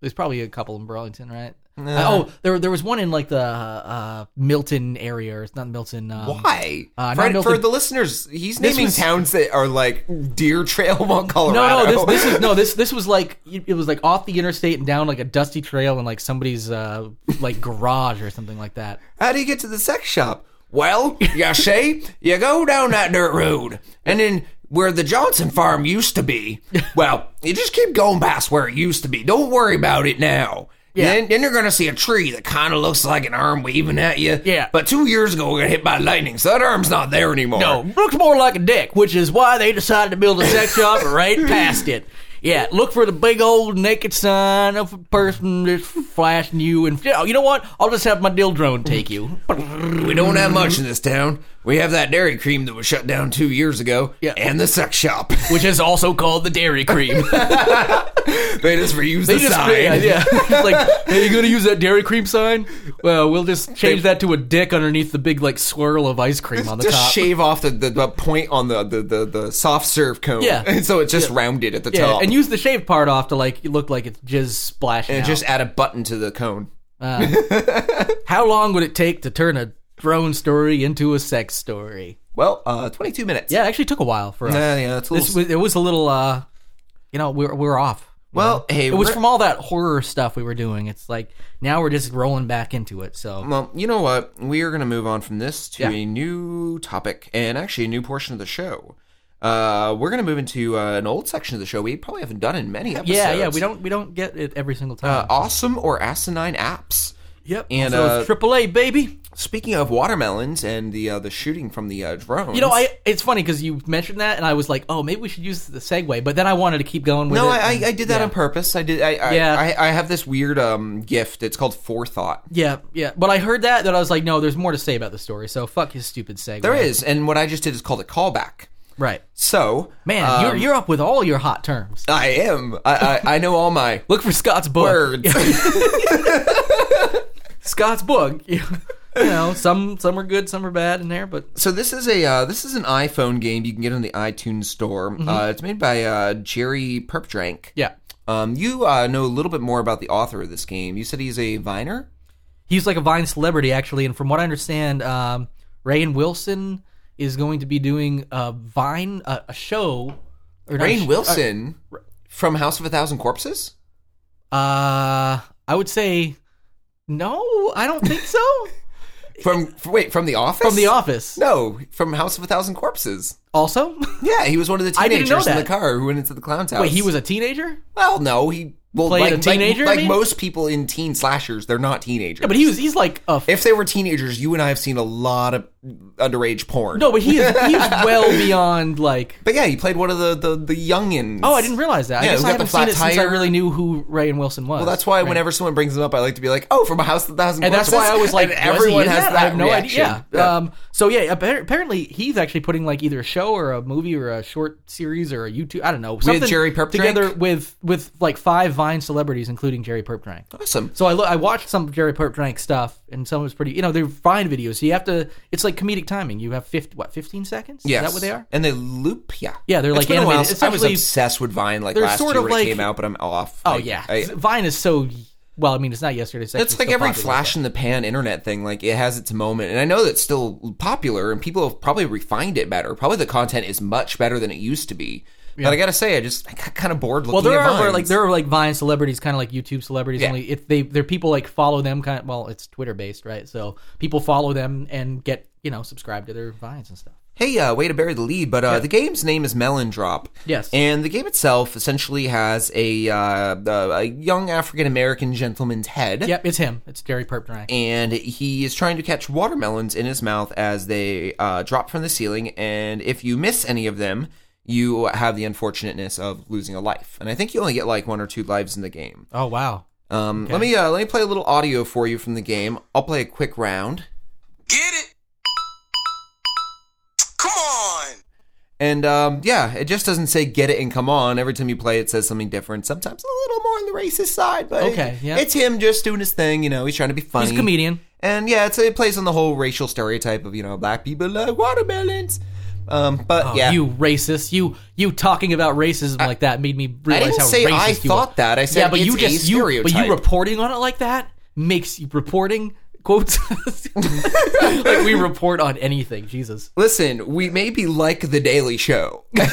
Speaker 3: There's probably a couple in Burlington, right?
Speaker 2: Nah.
Speaker 3: Uh, oh, there there was one in like the uh, Milton area. It's not Milton. Um,
Speaker 2: Why?
Speaker 3: uh,
Speaker 2: for,
Speaker 3: not Milton-
Speaker 2: for the listeners, he's
Speaker 3: This
Speaker 2: naming
Speaker 3: was-
Speaker 2: towns that are like Deer Trail, Mount
Speaker 3: No,
Speaker 2: Colorado.
Speaker 3: no, this, this is no this this was like it was like off the interstate and down like a dusty trail in like somebody's uh like garage or something like that.
Speaker 2: How do you get to the sex shop? Well, you see, you go down that dirt road, and then where the Johnson farm used to be, well, you just keep going past where it used to be. Don't worry about it now.
Speaker 3: Yeah.
Speaker 2: Then, then you're going to see a tree that kind of looks like an arm waving at you.
Speaker 3: Yeah.
Speaker 2: But two years ago, we got hit by lightning, so that arm's not there anymore.
Speaker 3: No, looks more like a dick, which is why they decided to build a sex shop right past it. Yeah, look for the big old naked sign of a person that's flashing you, and oh, you know what? I'll just have my dill drone take you.
Speaker 2: We don't have much in this town. We have that dairy cream that was shut down two years ago,
Speaker 3: Yeah.
Speaker 2: and the sex shop.
Speaker 3: which is also called the Dairy Cream.
Speaker 2: they just reused the sign.
Speaker 3: Yeah, yeah. It's like, hey, you gonna use that Dairy Cream sign? Well, we'll just change that to a dick underneath the big like swirl of ice cream on the
Speaker 2: just
Speaker 3: top.
Speaker 2: shave off the, the, the point on the, the, the, the soft serve cone.
Speaker 3: Yeah.
Speaker 2: And so it's just rounded at the
Speaker 3: yeah,
Speaker 2: top.
Speaker 3: and use the shaved part off to like look like it's jizz splashing.
Speaker 2: And
Speaker 3: out.
Speaker 2: just add a button to the cone.
Speaker 3: how long would it take to turn a drone story into a sex story?
Speaker 2: Well, uh, 22 minutes. Uh,
Speaker 3: Yeah, it actually took a while for us.
Speaker 2: Yeah, yeah, it's a little.
Speaker 3: This was, it was a little, uh, you know, we're we're off.
Speaker 2: well, hey,
Speaker 3: It was
Speaker 2: we're-
Speaker 3: from all that horror stuff we were doing. It's like now we're just rolling back into it. So
Speaker 2: Well, you know what? We are going to move on from this to
Speaker 3: Yeah.
Speaker 2: a new topic and actually a new portion of the show. Uh, we're going to move into uh, an old section of the show we probably haven't done in many episodes.
Speaker 3: Yeah, yeah, we don't we don't get it every single
Speaker 2: Uh,
Speaker 3: time.
Speaker 2: awesome or asinine apps.
Speaker 3: yep,
Speaker 2: and,
Speaker 3: and so
Speaker 2: uh,
Speaker 3: it's AAA baby.
Speaker 2: Speaking of watermelons and the uh, the shooting from the uh, drones,
Speaker 3: You know, I it's funny because you mentioned that, and I was like, oh, maybe we should use the segue, but then I wanted to keep going with
Speaker 2: No, I,
Speaker 3: it.
Speaker 2: I, I did that
Speaker 3: yeah.
Speaker 2: on purpose. I did. I, I,
Speaker 3: Yeah.
Speaker 2: I, I have this weird um gift. It's called forethought.
Speaker 3: yeah, yeah, but I heard that that I was like, no, there's more to say about the story, so fuck his stupid segue.
Speaker 2: There is, and what I just did is called a callback.
Speaker 3: right,
Speaker 2: So,
Speaker 3: man,
Speaker 2: um,
Speaker 3: you're you're up with all your hot terms.
Speaker 2: I am. I, I, I know all my
Speaker 3: Look for Scott's book.
Speaker 2: words.
Speaker 3: Scott's book. you know, some some are good, some are bad in there, but
Speaker 2: so this is a uh, this is an iPhone game you can get on the iTunes store.
Speaker 3: Mm-hmm.
Speaker 2: Uh, it's made by uh, Jerry Perpdrank.
Speaker 3: yeah,
Speaker 2: Um, you uh, know a little bit more about the author of this game. You said he's a Viner.
Speaker 3: he's like a Vine celebrity actually, and from what I understand, um, Rain Wilson is going to be doing a Vine uh, a show. Or not a
Speaker 2: Rain
Speaker 3: sh-
Speaker 2: Wilson from House of a Thousand Corpses.
Speaker 3: Uh, I would say no. I don't think so.
Speaker 2: From f- wait, from The Office.
Speaker 3: From The Office,
Speaker 2: No, from House of a Thousand Corpses.
Speaker 3: also.
Speaker 2: Yeah, he was one of the
Speaker 3: I didn't
Speaker 2: teenagers
Speaker 3: know
Speaker 2: in the
Speaker 3: that.
Speaker 2: car who went into the clown's house.
Speaker 3: Wait, he was a teenager.
Speaker 2: well, no, he well,
Speaker 3: Played
Speaker 2: like,
Speaker 3: a teenager,
Speaker 2: Like, like
Speaker 3: you mean?
Speaker 2: most people in teen slashers, they're not teenagers.
Speaker 3: Yeah, but he was. He's like a.
Speaker 2: if they were teenagers, you and I have seen a lot of underage porn.
Speaker 3: no, but he is. He's well beyond like.
Speaker 2: but yeah, he played one of the the, the youngins.
Speaker 3: Oh, I didn't realize that.
Speaker 2: Yeah,
Speaker 3: I guess
Speaker 2: who got
Speaker 3: I
Speaker 2: the
Speaker 3: haven't seen it
Speaker 2: flat
Speaker 3: since I
Speaker 2: tire.
Speaker 3: really knew who Rain Wilson was.
Speaker 2: Well, that's why whenever someone brings him up, I like to be like, "Oh, from a house of a thousand
Speaker 3: and that's
Speaker 2: corpses."
Speaker 3: why I was like,
Speaker 2: And
Speaker 3: was he in that? I have no
Speaker 2: reaction.
Speaker 3: idea. Yeah. Um, so yeah, appar- apparently he's actually putting like either a show show or a movie or a short series or a YouTube. I don't know.
Speaker 2: Jerry Perp
Speaker 3: together
Speaker 2: Drink?
Speaker 3: with with like five Vine celebrities, including Jerry Perpdrank.
Speaker 2: Awesome.
Speaker 3: So I lo- I watched some Jerry Perpdrank stuff, and some was pretty. You know, they're Vine videos. So you have to. It's like comedic timing. You have 50, what fifteen seconds.
Speaker 2: Yes.
Speaker 3: Is that what they are?
Speaker 2: And they loop. Yeah.
Speaker 3: Yeah, they're,
Speaker 2: It's
Speaker 3: like,
Speaker 2: been a while
Speaker 3: animated.
Speaker 2: since- I was
Speaker 3: Essentially-
Speaker 2: obsessed with Vine like
Speaker 3: they're
Speaker 2: last
Speaker 3: sort
Speaker 2: year
Speaker 3: of
Speaker 2: when it
Speaker 3: like-
Speaker 2: came out, but I'm off.
Speaker 3: Oh
Speaker 2: Like,
Speaker 3: yeah,
Speaker 2: I-
Speaker 3: Vine is so. Well, I mean, it's not yesterday. It's,
Speaker 2: it's like
Speaker 3: still
Speaker 2: every
Speaker 3: popular,
Speaker 2: flash in the pan internet thing. Like it has its moment, and I know that's still popular, and people have probably refined it better. Probably the content is much better than it used to be. But I gotta say, I just I got kind of bored looking
Speaker 3: Well, there
Speaker 2: at
Speaker 3: are
Speaker 2: Vines.
Speaker 3: like there are like Vine celebrities, kind of like YouTube celebrities.
Speaker 2: Yeah.
Speaker 3: Only if they they're people like follow them, kind of. Well, it's Twitter based, right? So people follow them and get you know subscribe to their vines and stuff.
Speaker 2: Hey, uh, way to bury the lead, but uh, the game's name is Melon Drop.
Speaker 3: Yes.
Speaker 2: And the game itself essentially has a, uh, a a young African American gentleman's head.
Speaker 3: Yep, it's him. It's Jerry Perpdrank.
Speaker 2: And he is trying to catch watermelons in his mouth as they uh, drop from the ceiling. And if you miss any of them, you have the unfortunateness of losing a life. And I think you only get like one or two lives in the game.
Speaker 3: Oh wow.
Speaker 2: Um, Let me uh, let me play a little audio for you from the game. I'll play a quick round.
Speaker 4: Get it? Come on.
Speaker 2: And um, yeah, it just doesn't say "get it" and "come on." Every time you play, it says something different. Sometimes a little more on the racist side, but
Speaker 3: Okay, yeah.
Speaker 2: it's him just doing his thing. You know, he's trying to be funny.
Speaker 3: He's a comedian.
Speaker 2: and yeah, it's, it plays on the whole racial stereotype of you know black people like watermelons. Um, but
Speaker 3: Oh,
Speaker 2: yeah,
Speaker 3: You racist. You you talking about racism like that made me
Speaker 2: I
Speaker 3: realize
Speaker 2: didn't
Speaker 3: how
Speaker 2: say
Speaker 3: racist
Speaker 2: I
Speaker 3: you are.
Speaker 2: thought that. I said
Speaker 3: yeah, but
Speaker 2: it's
Speaker 3: you
Speaker 2: a
Speaker 3: just you, but
Speaker 2: stereotype.
Speaker 3: you reporting on it like that makes you reporting quotes like we report on anything. Jesus.
Speaker 2: Listen, we may be like the Daily Show.
Speaker 3: No,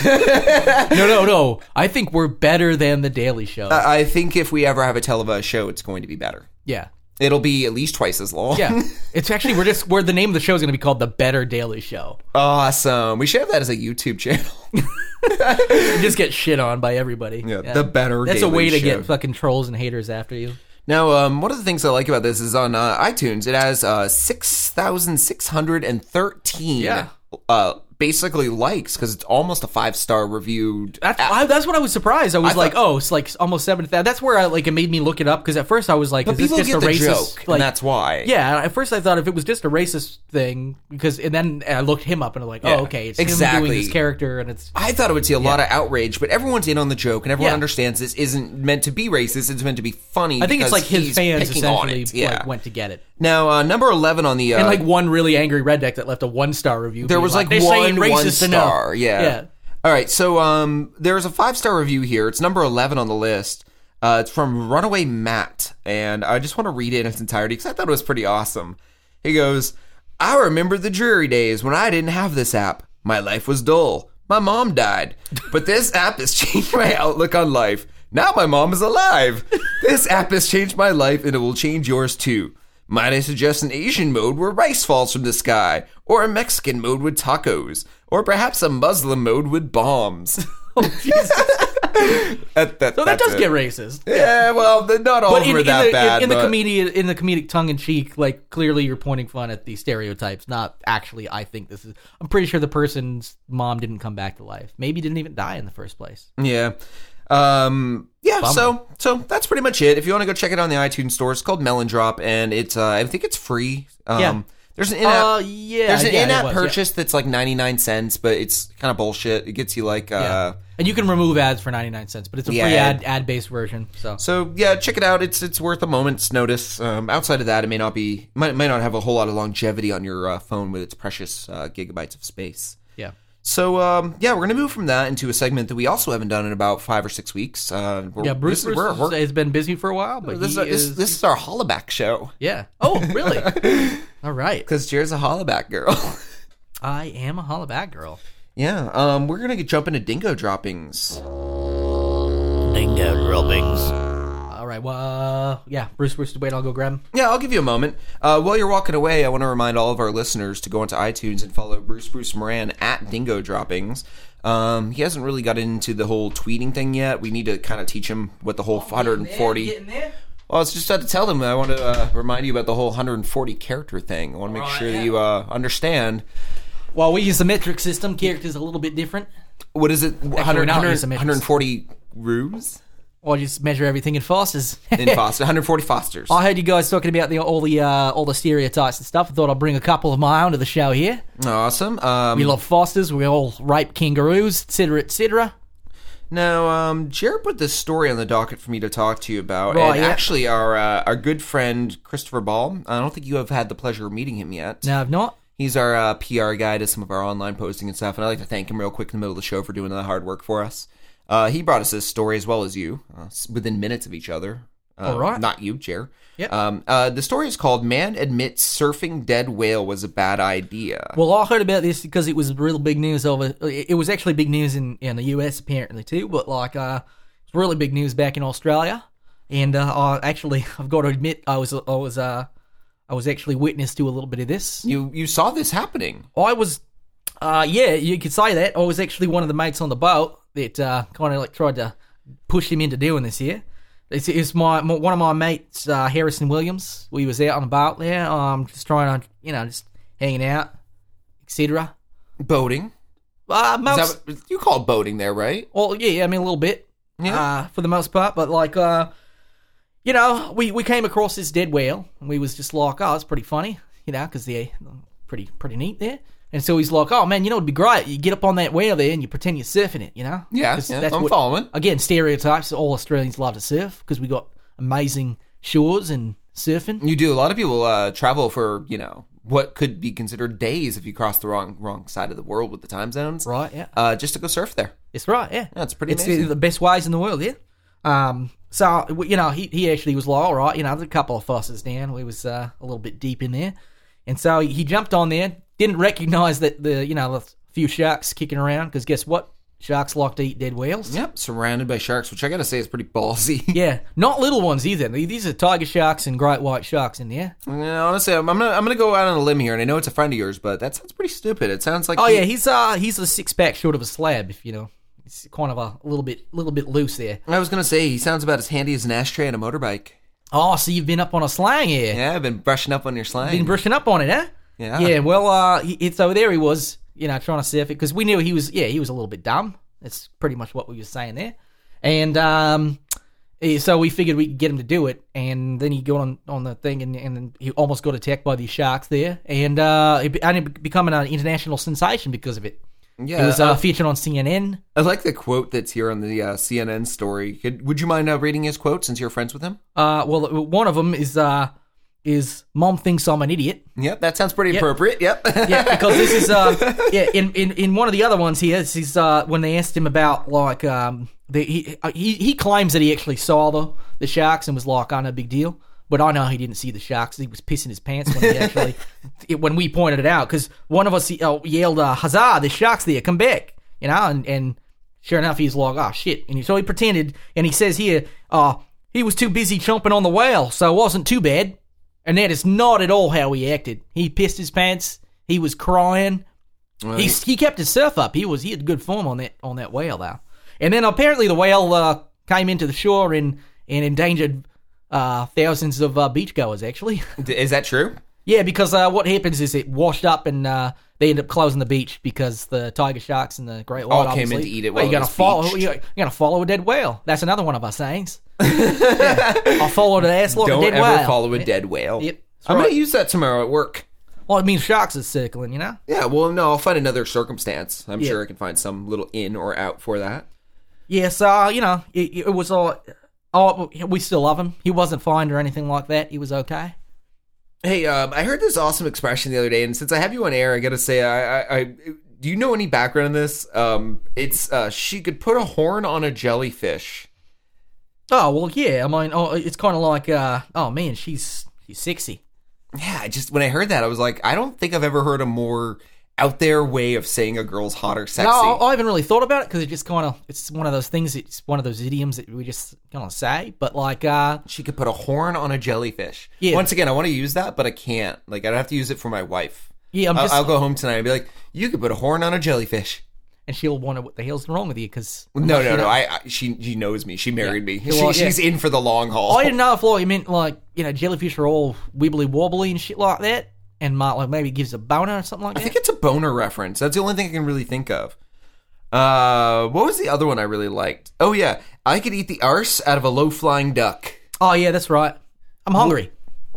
Speaker 3: no, no. I think we're better than the Daily Show.
Speaker 2: I think if we ever have a televised show, it's going to be better.
Speaker 3: yeah.
Speaker 2: It'll be at least twice as long.
Speaker 3: Yeah. It's actually we're just we're the name of the show is going to be called The Better Daily Show.
Speaker 2: awesome. We should have that as a YouTube channel.
Speaker 3: You just get shit on by everybody.
Speaker 2: Yeah, The Better
Speaker 3: That's a
Speaker 2: Daily
Speaker 3: way to
Speaker 2: Show.
Speaker 3: get fucking trolls and haters after you.
Speaker 2: Now, um, one of the things I like about this is on uh, iTunes, it has uh, 6,613
Speaker 3: Yeah.
Speaker 2: uh, basically likes because it's almost a five star reviewed.
Speaker 3: That's I, that's what I was surprised. I was
Speaker 2: Uh, I
Speaker 3: like,
Speaker 2: thought-
Speaker 3: oh, it's like almost seven thousand. That's where I like it made me look it up because at first I was like, is this
Speaker 2: People
Speaker 3: just
Speaker 2: get
Speaker 3: a
Speaker 2: the
Speaker 3: racist?
Speaker 2: joke,
Speaker 3: like,
Speaker 2: and that's why.
Speaker 3: yeah. At first I thought if it was just a racist thing because and then I looked him up and I'm like,
Speaker 2: Yeah.
Speaker 3: oh, okay, it's him
Speaker 2: Exactly.
Speaker 3: doing his character and it's
Speaker 2: I thought it would see a lot of outrage, but everyone's in on the joke, and everyone
Speaker 3: Yeah.
Speaker 2: understands this isn't meant to be racist. It's meant to be funny.
Speaker 3: I think it's
Speaker 2: because
Speaker 3: like his
Speaker 2: he's
Speaker 3: fans
Speaker 2: picking on
Speaker 3: essentially
Speaker 2: it. Yeah.
Speaker 3: like went to get it.
Speaker 2: now, uh, number eleven on the uh,
Speaker 3: and like one really angry redneck that left a one star review.
Speaker 2: There
Speaker 3: being
Speaker 2: was like
Speaker 3: "This
Speaker 2: one
Speaker 3: ain't racist
Speaker 2: one
Speaker 3: enough."
Speaker 2: star. Yeah.
Speaker 3: yeah.
Speaker 2: All right. So um, there's a five star review here. It's number eleven on the list. Uh, it's from Runaway Matt, and I just want to read it in its entirety because I thought it was pretty awesome. He goes, "I remember the dreary days when I didn't have this app. My life was dull. My mom died, but this app has changed my outlook on life. Now my mom is alive. This app has changed my life, and it will change yours too." Might I suggest an Asian mode where rice falls from the sky, or a Mexican mode with tacos, or perhaps a Muslim mode with bombs? that,
Speaker 3: So Oh, that does get racist.
Speaker 2: Yeah, well, they're not all
Speaker 3: But in,
Speaker 2: were
Speaker 3: in
Speaker 2: that
Speaker 3: the, in-
Speaker 2: bad.
Speaker 3: in, the
Speaker 2: but-
Speaker 3: comedian in the comedic tongue in cheek, like clearly you're pointing fun at the stereotypes, not actually. I think this is. I'm pretty sure the person's mom didn't come back to life. Maybe didn't even die in the first place.
Speaker 2: yeah, um, yeah. So, so that's pretty much it. If you want to go check it on the iTunes store, it's called Melon Drop, and it's uh, I think it's free. Um,
Speaker 3: Yeah.
Speaker 2: There's an in-app.
Speaker 3: uh, yeah,
Speaker 2: there's an
Speaker 3: yeah, it
Speaker 2: in-app
Speaker 3: was, yeah.
Speaker 2: purchase that's like 99 cents, but it's kind of bullshit. It gets you like uh,
Speaker 3: Yeah. and you can remove ads for 99 cents, but it's a
Speaker 2: Yeah,
Speaker 3: free
Speaker 2: ad-
Speaker 3: ad ad based version. So.
Speaker 2: So yeah, check it out. It's it's worth a moment's notice. Um, outside of that, it may not be might, might not have a whole lot of longevity on your uh, phone with its precious uh, gigabytes of space.
Speaker 3: yeah.
Speaker 2: So um, yeah, we're gonna move from that into a segment that we also haven't done in about five or six weeks. Uh, we're,
Speaker 3: Yeah, Bruce,
Speaker 2: this, is- we're-
Speaker 3: Bruce
Speaker 2: we're-
Speaker 3: has been busy for a while, but
Speaker 2: this, is
Speaker 3: he
Speaker 2: our,
Speaker 3: is,
Speaker 2: this, this is our hollaback show
Speaker 3: yeah. Oh, really? All right.
Speaker 2: because Jared's a hollaback girl.
Speaker 3: I am a hollaback girl.
Speaker 2: yeah, um, we're gonna get, jump into dingo droppings.
Speaker 3: Dingo droppings. All right. Well, uh, yeah. Bruce, Bruce, wait. I'll go grab him.
Speaker 2: Yeah, I'll give you a moment. Uh, while you're walking away, I want to remind all of our listeners to go onto iTunes and follow Bruce Bruce Moran at Dingo Droppings. Um, he hasn't really got into the whole tweeting thing yet. We need to kind of teach him what the whole
Speaker 3: Oh,
Speaker 2: 140.
Speaker 3: there.
Speaker 2: Well, I was just about to tell them. I want to uh, remind you about the whole 140 character thing. I want
Speaker 3: Oh,
Speaker 2: to make sure that you uh, understand
Speaker 3: Well, we use the metric system. Characters a little bit different.
Speaker 2: what is it. 100,
Speaker 3: not
Speaker 2: 100,
Speaker 3: use the matrix.
Speaker 2: 140 ruse.
Speaker 3: Or just measure everything in Fosters.
Speaker 2: in Foster, 140 Fosters.
Speaker 3: I heard you guys talking about the, all the uh, all the stereotypes and stuff. I thought I'd bring a couple of my own to the show here.
Speaker 2: Awesome. Um,
Speaker 3: We love Fosters. We all rape kangaroos, etc., etc.
Speaker 2: Now, um, Jared put this story on the docket for me to talk to you about,
Speaker 3: Right,
Speaker 2: and
Speaker 3: yeah.
Speaker 2: actually, our uh, our good friend Christopher Ball. I don't think you have had the pleasure of meeting him yet.
Speaker 3: No, I've not.
Speaker 2: He's our uh, PR guy, does some of our online posting and stuff, and I'd like to thank him real quick in the middle of the show for doing the hard work for us. Uh, he brought us this story as well as you, uh, s- within minutes of each other. Uh,
Speaker 3: All right.
Speaker 2: Not you, Jer.
Speaker 3: Yep.
Speaker 2: Um, uh, the story is called Man Admits Surfing Dead Whale Was a Bad Idea.
Speaker 3: Well, I heard about this because it was real big news over. It was actually big news in, in the US apparently too, but like uh, it's really big news back in Australia. And uh, I actually, I've got to admit, I was I was uh, I was actually witness to a little bit of this.
Speaker 2: You you saw this happening.
Speaker 3: I was, uh, yeah, you could say that. I was actually one of the mates on the boat that uh, kind of like tried to push him into doing this here. It's, it's my, my one of my mates, uh, Harrison Williams. We was out on a boat there, um, just trying to, you know, just hanging out, etc.
Speaker 2: Boating.
Speaker 3: Uh,
Speaker 2: Is
Speaker 3: most,
Speaker 2: that what- you call it boating there, right?
Speaker 3: well, yeah, yeah, I mean a little bit,
Speaker 2: Yeah.
Speaker 3: uh, for the most part. But like, uh, you know, we, we came across this dead whale, and we was just like, oh, it's pretty funny, you know, because they're pretty pretty neat there. And so he's like, oh man, you know, it'd be great. You get up on that whale there and you pretend you're surfing it, you know?
Speaker 2: Yeah,
Speaker 3: 'Cause
Speaker 2: yeah, I'm following.
Speaker 3: Again, stereotypes. All Australians love to surf because we got amazing shores and surfing.
Speaker 2: You do. A lot of people uh, travel for you know what could be considered days if you cross the wrong wrong side of the world with the time zones,
Speaker 3: Right, yeah.
Speaker 2: Uh, just to go surf there.
Speaker 3: It's right, yeah.
Speaker 2: That's pretty
Speaker 3: It's
Speaker 2: amazing.
Speaker 3: the best ways in the world, yeah. Um, so w- you know, he, he actually was like, all right, you know, there's a couple of fosses down. We was uh, a little bit deep in there, and so he jumped on there. Didn't recognize that the you know the few sharks kicking around because guess what? Sharks like to eat dead whales.
Speaker 2: Yep, surrounded by sharks, which I gotta say is pretty ballsy.
Speaker 3: Yeah, not little ones either. Th- These are tiger sharks and great white sharks in there.
Speaker 2: Yeah, honestly, I'm, I'm gonna I'm gonna go out on a limb here, and I know it's a friend of yours, but that sounds pretty stupid. It sounds like
Speaker 3: Oh
Speaker 2: he-
Speaker 3: yeah, he's uh he's a six pack short of a slab. If you know, it's kind of a little bit little bit loose there.
Speaker 2: I was gonna say he sounds about as handy as an ashtray and a motorbike.
Speaker 3: Oh, so you've been up on a slang here.
Speaker 2: Yeah, I've been brushing up on your slang.
Speaker 3: been brushing up on it, huh?
Speaker 2: Yeah.
Speaker 3: Yeah. Well, uh, he, he- so there he was, you know, trying to surf it because we knew he was. Yeah, he was a little bit dumb. That's pretty much what we were saying there. And um, eh, so we figured we could get him to do it, and then he got on, on the thing, and and then he almost got attacked by these sharks there, and uh, it be- ended up becoming an international sensation because of it.
Speaker 2: yeah,
Speaker 3: It was
Speaker 2: I-
Speaker 3: uh, featured on CNN.
Speaker 2: I like the quote that's here on the uh, CNN story. Could, would you mind uh, reading his quote since you're friends with him?
Speaker 3: Uh, well, one of them is uh, is mom thinks I'm an idiot.
Speaker 2: Yep, that sounds pretty appropriate. Yep.
Speaker 3: yeah, because this is uh, yeah. In, in in one of the other ones here, this is uh, when they asked him about like um, the, he uh, he he claims that he actually saw the the sharks and was like, "I no big deal," but I know he didn't see the sharks. He was pissing his pants when he actually it, when we pointed it out because one of us uh, yelled, uh, "Huzzah! The sharks there! Come back!" You know, and and sure enough, he's like, "Oh shit!" And he, so he pretended, and he says here, "Uh, he was too busy chomping on the whale, so it wasn't too bad." And that is not at all how he acted. He pissed his pants. He was crying. he he kept his surf up. He was he had good form on that on that whale though. And then apparently the whale uh, came into the shore and and endangered uh, thousands of uh, beachgoers actually.
Speaker 2: Is that true?
Speaker 3: yeah, because uh, what happens is it washed up and uh, they end up closing the beach because the tiger sharks and the great white
Speaker 2: All came in
Speaker 3: obviously-
Speaker 2: to eat it
Speaker 3: Well,
Speaker 2: while it
Speaker 3: you're gonna
Speaker 2: was
Speaker 3: follow
Speaker 2: beached.
Speaker 3: you're, gonna follow a dead whale. That's another one of our sayings. yeah. I followed an ass like
Speaker 2: Don't
Speaker 3: a dead
Speaker 2: ever
Speaker 3: whale.
Speaker 2: follow a dead whale.
Speaker 3: Yep, that's
Speaker 2: I'm
Speaker 3: right.
Speaker 2: gonna use that tomorrow at work.
Speaker 3: well, it means sharks are circling, you know.
Speaker 2: Yeah, well, no, I'll find another circumstance. I'm
Speaker 3: Yeah.
Speaker 2: sure I can find some little in or out for that.
Speaker 3: Yeah, so uh, you know, it, it was all. Oh, we still love him. He wasn't fined or anything like that. He was okay.
Speaker 2: Hey, um, I heard this awesome expression the other day, and since I have you on air, I gotta say, I, I, I do you know any background on this? Um, it's uh, she could put a horn on a jellyfish.
Speaker 3: Oh well, yeah. I mean, oh, it's kind of like, uh, oh man, she's she's sexy.
Speaker 2: Yeah, I just when I heard that, I was like, I don't think I've ever heard a more out there way of saying a girl's hot or sexy.
Speaker 3: No, I, I haven't really thought about it because it just kind of it's one of those things. It's one of those idioms that we just kind of say. But like, uh,
Speaker 2: she could put a horn on a jellyfish.
Speaker 3: Yeah.
Speaker 2: Once again, I want to use that, but I can't. Like, I'd have to use it for my wife.
Speaker 3: yeah, I'm
Speaker 2: I'll,
Speaker 3: just
Speaker 2: I'll go home tonight and be like, "You could put a horn on a jellyfish."
Speaker 3: and she'll wonder what the hell's wrong with you because
Speaker 2: No, no, no. I, I she she knows me. She married me. She,
Speaker 3: Well, yeah.
Speaker 2: She's in for the long haul.
Speaker 3: I didn't know if like you meant like you know jellyfish are all wibbly wobbly and shit like that, and Mark like maybe gives a boner or something like
Speaker 2: I
Speaker 3: that.
Speaker 2: think it's a boner reference. That's the only thing I can really think of. Uh, what was the other one I really liked? Oh yeah, I could eat the arse out of a low flying duck.
Speaker 3: Oh yeah, that's right. I'm hungry.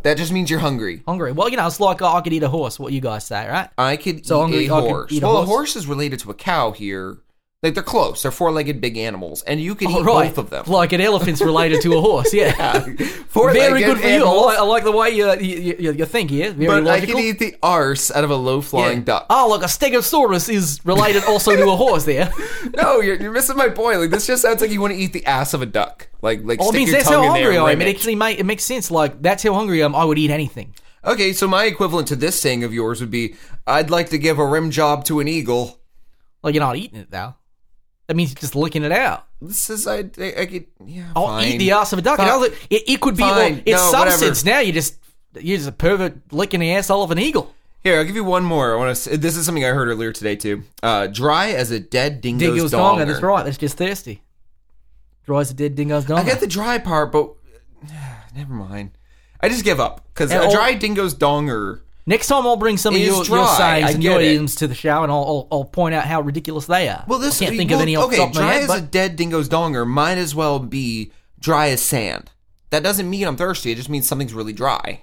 Speaker 2: That just means you're hungry.
Speaker 3: Hungry. Well, you know, it's like uh, I could eat a horse. What you guys say, right?
Speaker 2: I could
Speaker 3: So
Speaker 2: eat
Speaker 3: hungry
Speaker 2: a
Speaker 3: I could
Speaker 2: horse.
Speaker 3: eat a
Speaker 2: well,
Speaker 3: horse?
Speaker 2: a horse is related to a cow here. Like they're close. They're four legged big animals, and you can eat
Speaker 3: right.
Speaker 2: both of them.
Speaker 3: Like an elephant's related to a horse. Yeah. Very
Speaker 2: Four-legged
Speaker 3: good for you. I
Speaker 2: animals,
Speaker 3: like, I like the way you you, you, you think here. Very
Speaker 2: But I
Speaker 3: logical.
Speaker 2: could eat the arse out of a low flying duck.
Speaker 3: Oh, look, a stegosaurus is related also to a horse there.
Speaker 2: No, you're, you're missing my point. Like this just sounds like you want to eat the ass of a duck. Like like
Speaker 3: Well, Oh, it
Speaker 2: stick
Speaker 3: means
Speaker 2: your
Speaker 3: that's
Speaker 2: tongue
Speaker 3: how
Speaker 2: in there
Speaker 3: hungry
Speaker 2: and
Speaker 3: I
Speaker 2: rim
Speaker 3: am. It
Speaker 2: it.
Speaker 3: actually might, it makes sense. Like, that's how hungry I am. I would eat anything.
Speaker 2: Okay, so my equivalent to this saying of yours would be, "I'd like to give a rim job to an eagle."
Speaker 3: Well, you're not eating it, though. That means you're just licking it out.
Speaker 2: This is I I, I could yeah.
Speaker 3: I'll
Speaker 2: fine.
Speaker 3: eat the ass of a duck.
Speaker 2: Fine.
Speaker 3: You know, it, it could be
Speaker 2: Fine.
Speaker 3: like, it's
Speaker 2: No,
Speaker 3: substance.
Speaker 2: whatever.
Speaker 3: Now you just you're just a pervert licking the asshole of an eagle.
Speaker 2: Here, I'll give you one more. I want to. This is something I heard earlier today too. Uh, dry as a dead dingo's,
Speaker 3: Dingo's
Speaker 2: donger.
Speaker 3: donger. That's right. That's just thirsty. Dry as a dead dingo's donger.
Speaker 2: I got the dry part, but never mind. I just give up because
Speaker 3: And
Speaker 2: a
Speaker 3: all-
Speaker 2: dry dingo's donger.
Speaker 3: Next time I'll bring some of
Speaker 2: It is
Speaker 3: your, your
Speaker 2: dry, I
Speaker 3: sayings and
Speaker 2: get
Speaker 3: your
Speaker 2: it.
Speaker 3: idioms to the show, and I'll, I'll, I'll point out how ridiculous they are.
Speaker 2: Well, this
Speaker 3: I can't think
Speaker 2: well,
Speaker 3: of any off
Speaker 2: Okay,
Speaker 3: the top of my
Speaker 2: dry
Speaker 3: head,
Speaker 2: as
Speaker 3: but-
Speaker 2: a dead dingo's donger might as well be dry as sand. That doesn't mean I'm thirsty. It just means something's really dry.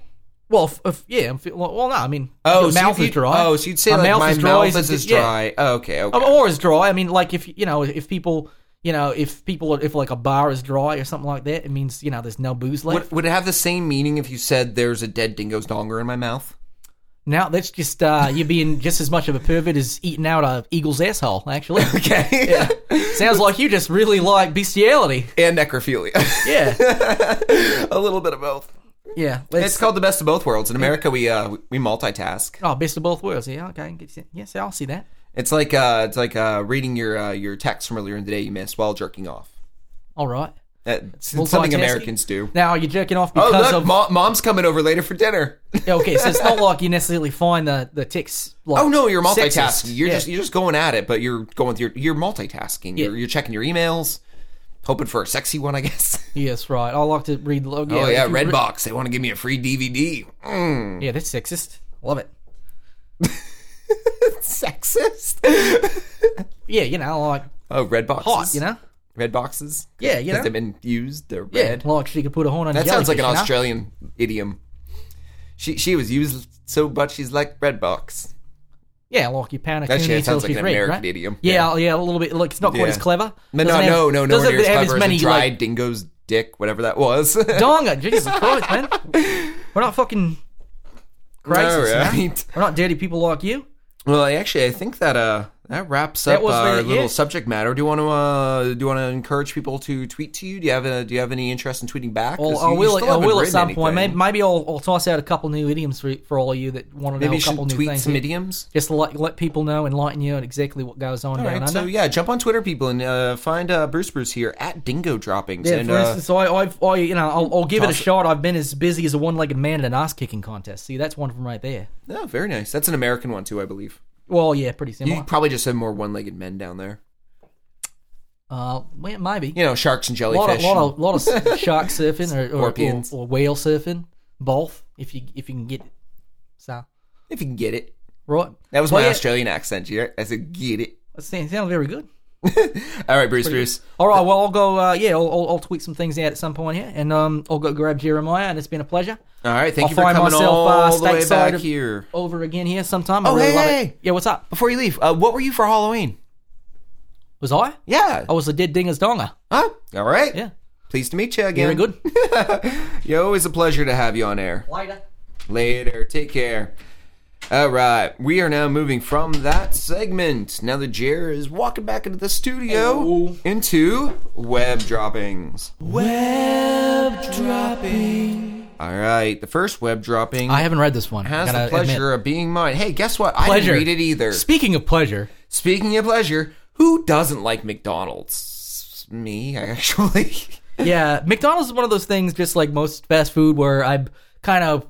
Speaker 3: Well, if, if, yeah. If, well, well, no, I mean,
Speaker 2: Oh,
Speaker 3: your
Speaker 2: so
Speaker 3: mouth
Speaker 2: you-
Speaker 3: is dry.
Speaker 2: Oh, so you'd say like, my mouth is as
Speaker 3: yeah.
Speaker 2: dry. Oh, okay, okay.
Speaker 3: Um, or is dry. I mean, like if you know, if people, you know, if people, if like a bar is dry or something like that, it means you know there's no booze left.
Speaker 2: would, would it have the same meaning if you said there's a dead dingo's donger in my mouth?
Speaker 3: Now that's just uh, you being just as much of a pervert as eating out a eagle's asshole. Actually,
Speaker 2: Okay.
Speaker 3: sounds like you just really like bestiality.
Speaker 2: and necrophilia.
Speaker 3: Yeah,
Speaker 2: a little bit of both.
Speaker 3: yeah.
Speaker 2: It's called the best of both worlds. In America, we uh, we multitask.
Speaker 3: oh, best of both worlds. Yeah, okay. Yes, I'll see that.
Speaker 2: It's like uh, it's like uh, reading your uh, your text from earlier in the day you missed while jerking off.
Speaker 3: All right.
Speaker 2: That's it's something
Speaker 3: Multitasking?
Speaker 2: Americans do.
Speaker 3: Now you're jerking off
Speaker 2: Oh,
Speaker 3: because
Speaker 2: look,
Speaker 3: of
Speaker 2: mo- mom's coming over later for dinner.
Speaker 3: Yeah, okay, so it's not like you necessarily find the the ticks. Like,
Speaker 2: Oh no, you're multitasking.
Speaker 3: sexist.
Speaker 2: You're
Speaker 3: Yeah.
Speaker 2: just you're just going at it, but you're going through. You're multitasking. You're, you're checking your emails, hoping for a sexy one, I guess.
Speaker 3: yes, right. I like to read. lo- Yeah,
Speaker 2: oh yeah,
Speaker 3: if you re-
Speaker 2: Redbox. They want to give me a free DVD.
Speaker 3: Yeah, that's sexist. Love it.
Speaker 2: Sexist.
Speaker 3: Yeah, you know, like
Speaker 2: oh, Redbox.
Speaker 3: hot, you know.
Speaker 2: Red boxes.
Speaker 3: Yeah, you know.
Speaker 2: They've been used. They're
Speaker 3: Yeah,
Speaker 2: red.
Speaker 3: like she could put a horn on. a
Speaker 2: That sounds like an
Speaker 3: jellyfish, you know?
Speaker 2: Australian idiom. She she was used so much she's like red box.
Speaker 3: Yeah, like you pound a
Speaker 2: That
Speaker 3: coon
Speaker 2: shit
Speaker 3: until
Speaker 2: sounds like
Speaker 3: she's
Speaker 2: an
Speaker 3: red,
Speaker 2: American
Speaker 3: right?
Speaker 2: idiom.
Speaker 3: Yeah, yeah, a little bit. Like it's not quite
Speaker 2: Yeah.
Speaker 3: as clever.
Speaker 2: But no,
Speaker 3: Doesn't have-
Speaker 2: no, no, no,
Speaker 3: Doesn't
Speaker 2: nowhere near
Speaker 3: have
Speaker 2: as
Speaker 3: as
Speaker 2: clever
Speaker 3: many
Speaker 2: as a dried
Speaker 3: like
Speaker 2: dingo's dick, whatever that was.
Speaker 3: donga. Jesus Christ, man. We're not fucking crazies.
Speaker 2: All
Speaker 3: you know?
Speaker 2: right.
Speaker 3: We're not dirty people like you.
Speaker 2: Well, I actually, I think that uh that wraps
Speaker 3: That
Speaker 2: up
Speaker 3: was
Speaker 2: our
Speaker 3: the-
Speaker 2: little
Speaker 3: yeah.
Speaker 2: subject matter. Do you want to uh do you want to encourage people to tweet to you? Do you have a, do you have any interest in tweeting back? 'Cause
Speaker 3: Well,
Speaker 2: you-
Speaker 3: I
Speaker 2: you
Speaker 3: will.
Speaker 2: still
Speaker 3: I
Speaker 2: haven't
Speaker 3: will at
Speaker 2: written
Speaker 3: some point. Maybe,
Speaker 2: anything.
Speaker 3: maybe I'll, I'll toss out a couple new idioms for, for all of you that want to know
Speaker 2: maybe
Speaker 3: a
Speaker 2: you
Speaker 3: couple
Speaker 2: should
Speaker 3: new
Speaker 2: tweet
Speaker 3: things.
Speaker 2: some
Speaker 3: Yeah.
Speaker 2: idioms.
Speaker 3: Just to let, let people know, enlighten you on exactly what goes on
Speaker 2: All
Speaker 3: down
Speaker 2: right,
Speaker 3: under.
Speaker 2: so yeah, jump on Twitter, people, and uh, find uh, Bruce Bruce here at Dingo Droppings.
Speaker 3: yeah,
Speaker 2: and,
Speaker 3: for
Speaker 2: uh,
Speaker 3: instance, I, I've, I, you know, I'll, I'll give it a
Speaker 2: toss it.
Speaker 3: shot. I've been as busy as a one-legged man at an ass-kicking contest. See, that's one of them right there.
Speaker 2: Oh, very nice. That's an American one too, I believe.
Speaker 3: Well, yeah, pretty
Speaker 2: You
Speaker 3: similar.
Speaker 2: probably just have more one-legged men down there.
Speaker 3: Uh, well, maybe.
Speaker 2: You know, sharks and
Speaker 3: a lot of,
Speaker 2: jellyfish.
Speaker 3: lot of, lot of shark surfing or, or, or,
Speaker 2: Scorpions.
Speaker 3: or whale surfing, both if you if you can get it. So
Speaker 2: if you can get it.
Speaker 3: right,
Speaker 2: That was
Speaker 3: Well,
Speaker 2: my
Speaker 3: yeah,
Speaker 2: Australian accent. You I said, get it.
Speaker 3: it sounds sounds very good.
Speaker 2: All right, Bruce Bruce.
Speaker 3: All right, well, I'll go. Uh, yeah, I'll, I'll, I'll tweet some things out at some point here, and um, I'll go grab Jeremiah, and it's been a pleasure.
Speaker 2: All right, thank
Speaker 3: I'll
Speaker 2: you for
Speaker 3: find
Speaker 2: coming
Speaker 3: myself,
Speaker 2: all
Speaker 3: uh,
Speaker 2: the way
Speaker 3: stateside
Speaker 2: back
Speaker 3: of-
Speaker 2: here.
Speaker 3: Over again here sometime. I
Speaker 2: Oh,
Speaker 3: really
Speaker 2: hey,
Speaker 3: love
Speaker 2: hey.
Speaker 3: it. Yeah, what's up?
Speaker 2: Before you leave, uh, what were you for Halloween?
Speaker 3: Was I?
Speaker 2: Yeah.
Speaker 3: I was a dead dinger's donger.
Speaker 2: Huh? All right.
Speaker 3: Oh. Yeah,
Speaker 2: Pleased to meet you again.
Speaker 3: very good.
Speaker 2: Yo, always a pleasure to have you on air.
Speaker 3: Later.
Speaker 2: Later. Take care. All right, we are now moving from that segment. Now that Jer is walking back into the studio
Speaker 3: Hello.
Speaker 2: into web droppings.
Speaker 3: Web dropping.
Speaker 2: All right, the first web dropping
Speaker 3: I haven't read this one.
Speaker 2: has
Speaker 3: gotta
Speaker 2: the pleasure
Speaker 3: admit.
Speaker 2: of being mine. Hey, guess what? I
Speaker 3: Pleasure.
Speaker 2: didn't read it either.
Speaker 3: Speaking of pleasure,
Speaker 2: Speaking of pleasure, who doesn't like McDonald's? Me, actually.
Speaker 3: yeah, McDonald's is one of those things, just like most fast food, where I'm kind of.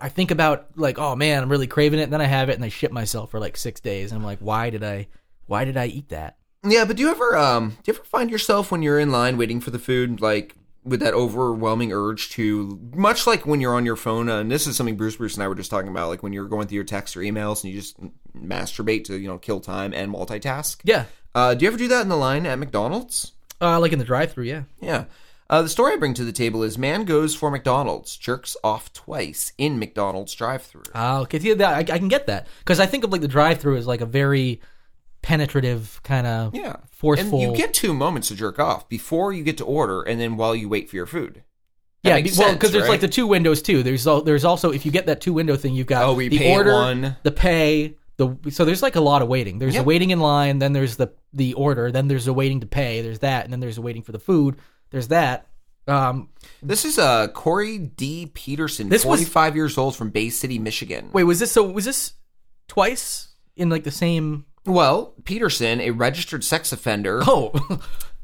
Speaker 3: I think about like, oh man, I'm really craving it. And then I have it, and I shit myself for like six days. And I'm like, why did I, why did I eat that?
Speaker 2: yeah, but do you ever um do you ever find yourself when you're in line waiting for the food like with that overwhelming urge to much like when you're on your phone uh, and this is something Bruce Bruce and I were just talking about like when you're going through your texts or emails and you just masturbate to you know kill time and multitask.
Speaker 3: Yeah,
Speaker 2: Uh, do you ever do that in the line at McDonald's?
Speaker 3: Uh, like in the drive-through, yeah.
Speaker 2: Yeah. Uh, the story I bring to the table is man goes for McDonald's, jerks off twice in McDonald's drive thru.
Speaker 3: Ah, okay. See, that, I, I can get that because I think of like the drive-through as like a very penetrative kind of
Speaker 2: Yeah.
Speaker 3: forceful.
Speaker 2: And you get two moments to jerk off before you get to order and then while you wait for your food. That
Speaker 3: yeah,
Speaker 2: makes
Speaker 3: be- well,
Speaker 2: sense,
Speaker 3: because there's like
Speaker 2: right?
Speaker 3: the two windows too. There's al- there's also if you get that two window thing, you've got
Speaker 2: Oh, we
Speaker 3: the
Speaker 2: pay
Speaker 3: order,
Speaker 2: one.
Speaker 3: the pay, the so there's like a lot of waiting. There's
Speaker 2: Yeah.
Speaker 3: the waiting in line, then there's the the order, then there's the waiting to pay, there's that, and then there's the waiting for the food. There's that. Um,
Speaker 2: This is uh, Corey D. Peterson,
Speaker 3: This was-
Speaker 2: 45 years old from Bay City, Michigan.
Speaker 3: wait, was this so? Was this twice in like the same?
Speaker 2: Well, Peterson, a registered sex offender.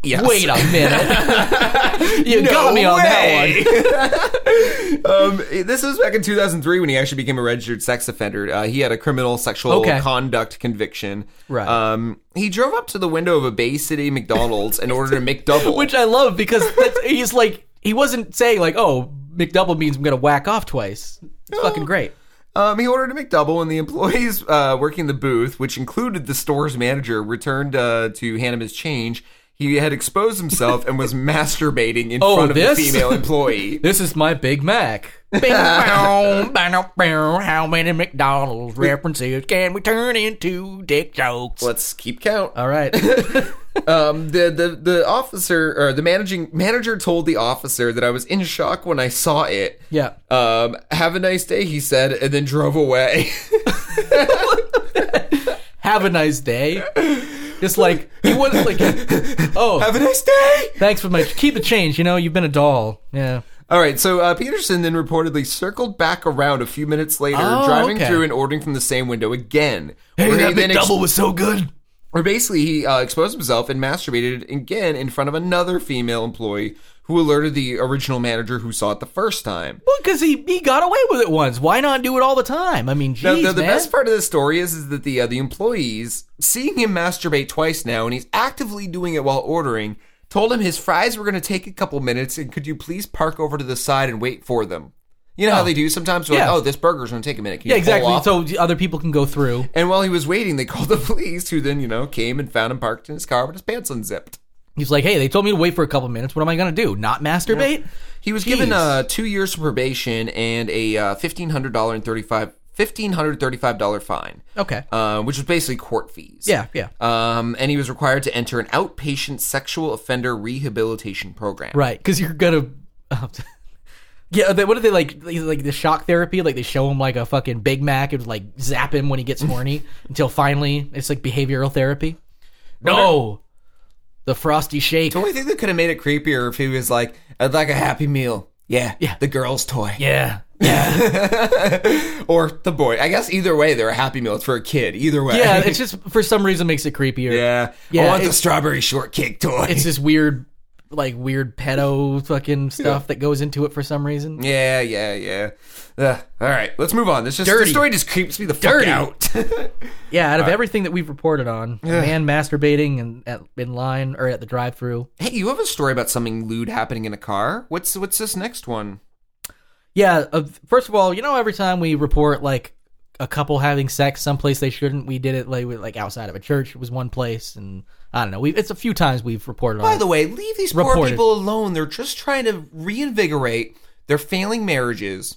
Speaker 3: Oh,
Speaker 2: Yes.
Speaker 3: wait a minute! you
Speaker 2: No
Speaker 3: got me on that
Speaker 2: way.
Speaker 3: one.
Speaker 2: um, this was back in 2003 when he actually became a registered sex offender. Uh, he had a criminal sexual
Speaker 3: Okay.
Speaker 2: conduct conviction.
Speaker 3: Right.
Speaker 2: Um, he drove up to the window of a Bay City McDonald's in order to McDouble.
Speaker 3: which I love because that's, he's like he wasn't saying like oh McDouble means I'm gonna whack off twice. It's fucking great.
Speaker 2: um, he ordered a McDouble, and the employees uh, working the booth, which included the store's manager, returned uh, to hand him his change. He had exposed himself and was masturbating in
Speaker 3: Oh,
Speaker 2: front of
Speaker 3: this?
Speaker 2: the female employee.
Speaker 3: This is my Big Mac. Bing, bong, bong, bong. How many McDonald's references can we turn into dick jokes?
Speaker 2: Let's keep count.
Speaker 3: All right.
Speaker 2: Um, the, the the officer or the managing manager told the officer that I was in shock when I saw it.
Speaker 3: Yeah.
Speaker 2: Um, have a nice day, he said, and then drove away.
Speaker 3: Have a nice day. Just like he was like, oh,
Speaker 2: have a nice day.
Speaker 3: thanks for my keep the change. You know, you've been a doll. Yeah.
Speaker 2: All right. So uh, Peterson then reportedly circled back around a few minutes later,
Speaker 3: Oh,
Speaker 2: driving
Speaker 3: okay.
Speaker 2: through and ordering from the same window again. where he then ex-
Speaker 3: was so good.
Speaker 2: where basically he uh, exposed himself and masturbated again in front of another female employee who alerted the original manager who saw it the first time.
Speaker 3: Well, because he he got away with it once. Why not do it all the time? I mean,
Speaker 2: Now,
Speaker 3: jeez,
Speaker 2: the, the
Speaker 3: man.
Speaker 2: best part of the story is, is that the uh, the employees seeing him masturbate twice now, and he's actively doing it while ordering. Told him his fries were going to take a couple minutes, and could you please park over to the side and wait for them? You know how
Speaker 3: Oh.
Speaker 2: they do sometimes. They're
Speaker 3: Yeah.
Speaker 2: Like, oh, this burger's going to take a minute. Can you
Speaker 3: Yeah,
Speaker 2: pull
Speaker 3: exactly.
Speaker 2: off?"
Speaker 3: So the other people can go through.
Speaker 2: and while he was waiting, they called the police, who then you know came and found him parked in his car with his pants unzipped.
Speaker 3: He's like, "Hey, they told me to wait for a couple minutes. What am I gonna do? Not masturbate?"
Speaker 2: He was given
Speaker 3: Jeez.
Speaker 2: uh, two years probation and a uh, fifteen hundred dollar and thirty five fifteen hundred thirty five dollar fine,
Speaker 3: Okay.
Speaker 2: uh, which was basically court fees.
Speaker 3: yeah, yeah.
Speaker 2: Um, and he was required to enter an outpatient sexual offender rehabilitation program.
Speaker 3: right, because you're gonna. um, yeah. They, what are they like? Like the shock therapy? Like they show him like a fucking Big Mac and like zap him when he gets horny until finally it's like behavioral therapy. No, the frosty shake.
Speaker 2: The only thing that could have made it creepier if he was like, "I'd like a Happy Meal." Yeah,
Speaker 3: Yeah.
Speaker 2: The girl's toy.
Speaker 3: Yeah.
Speaker 2: Or the boy. I guess either way, they're a Happy Meal. It's for a kid. Either way.
Speaker 3: Yeah. It's just for some reason makes it creepier.
Speaker 2: yeah.
Speaker 3: Yeah,
Speaker 2: I want the
Speaker 3: it's-
Speaker 2: strawberry shortcake toy.
Speaker 3: It's this weird, like weird pedo fucking stuff that goes into it for some reason.
Speaker 2: yeah, yeah, yeah. Ugh. all right, let's move on. This just
Speaker 3: Dirty.
Speaker 2: this story just creeps me the fuck
Speaker 3: Dirty.
Speaker 2: out.
Speaker 3: Yeah, out of everything that we've reported on, man masturbating and at, in line or at the drive-through.
Speaker 2: hey, you have a story about something lewd happening in a car? What's what's this next one?
Speaker 3: Yeah, uh, first of all, you know, every time we report like a couple having sex someplace they shouldn't, we did it like with- like outside of a church. It was one place, and I don't know. We it's a few times we've reported on.
Speaker 2: By
Speaker 3: it.
Speaker 2: the way, leave these poor
Speaker 3: Reported.
Speaker 2: people alone. They're just trying to reinvigorate their failing marriages.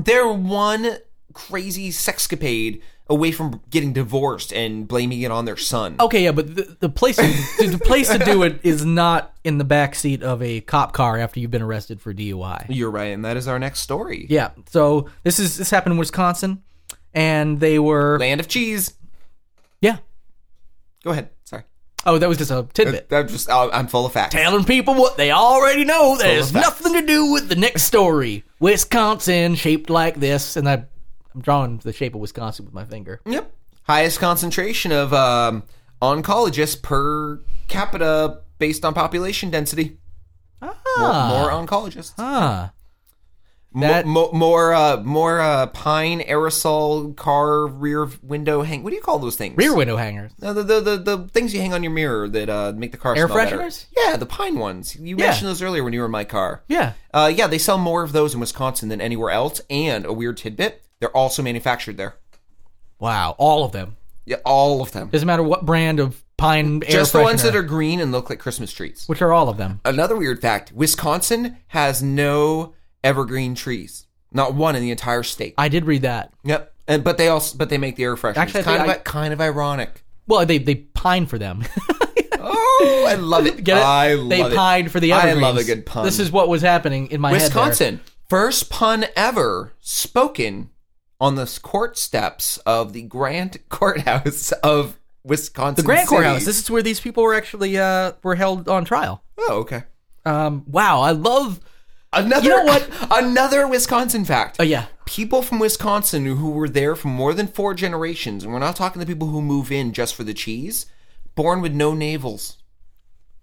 Speaker 2: They're one crazy sexcapade away from getting divorced and blaming it on their son.
Speaker 3: Okay, yeah, but the, the place the, the place to do it is not in the back seat of a cop car after you've been arrested for DUI.
Speaker 2: You're right, and that is our next story.
Speaker 3: Yeah, so this is this happened in Wisconsin, and they were
Speaker 2: Land of cheese.
Speaker 3: yeah.
Speaker 2: Go ahead. Sorry.
Speaker 3: Oh, that was just a tidbit.
Speaker 2: I'm just oh, I'm full of facts.
Speaker 3: telling people what they already know that has
Speaker 2: Full of facts.
Speaker 3: nothing to do with the next story. Wisconsin shaped like this, and I, I'm drawing the shape of Wisconsin with my finger.
Speaker 2: Yep. Highest concentration of um, oncologists per capita based on population density. Ah. More, more oncologists.
Speaker 3: Ah,
Speaker 2: Mo
Speaker 3: That-
Speaker 2: mo- more uh, more uh, pine aerosol car rear window hang. What do you call those things?
Speaker 3: rear window hangers.
Speaker 2: No, the, the, the the things you hang on your mirror that uh, make the car
Speaker 3: Air
Speaker 2: smell better.
Speaker 3: fresheners?
Speaker 2: Yeah, the pine ones. You
Speaker 3: Yeah.
Speaker 2: mentioned those earlier when you were in my car.
Speaker 3: Yeah.
Speaker 2: Uh, yeah, they sell more of those in Wisconsin than anywhere else. And a weird tidbit: they're also manufactured there.
Speaker 3: Wow, all of them.
Speaker 2: Yeah, all of them.
Speaker 3: Doesn't matter what brand of pine air
Speaker 2: Just the ones
Speaker 3: freshener,
Speaker 2: that are green and look like Christmas trees.
Speaker 3: which are all of them.
Speaker 2: Another weird fact Wisconsin has no evergreen trees, not one in the entire state.
Speaker 3: I did read that.
Speaker 2: Yep. And but they also but they make the air fresheners.
Speaker 3: Actually, I
Speaker 2: kind of
Speaker 3: think I-
Speaker 2: kind of ironic.
Speaker 3: Well, they they pine for them.
Speaker 2: Oh, I love it.
Speaker 3: Get it?
Speaker 2: I love
Speaker 3: they
Speaker 2: it.
Speaker 3: pined for the
Speaker 2: I
Speaker 3: evergreens.
Speaker 2: love a good pun.
Speaker 3: This is what was happening in my head there.
Speaker 2: Wisconsin. First pun ever spoken on the court steps of the Grant Courthouse of Wisconsin.
Speaker 3: The Grand
Speaker 2: City.
Speaker 3: Courthouse. This is where these people were actually uh, were held on trial.
Speaker 2: oh, okay.
Speaker 3: Um, wow, I love.
Speaker 2: Another
Speaker 3: You know what?
Speaker 2: Another Wisconsin fact.
Speaker 3: Oh yeah,
Speaker 2: people from Wisconsin who were there for more than four generations, and we're not talking the people who move in just for the cheese, born with no navels.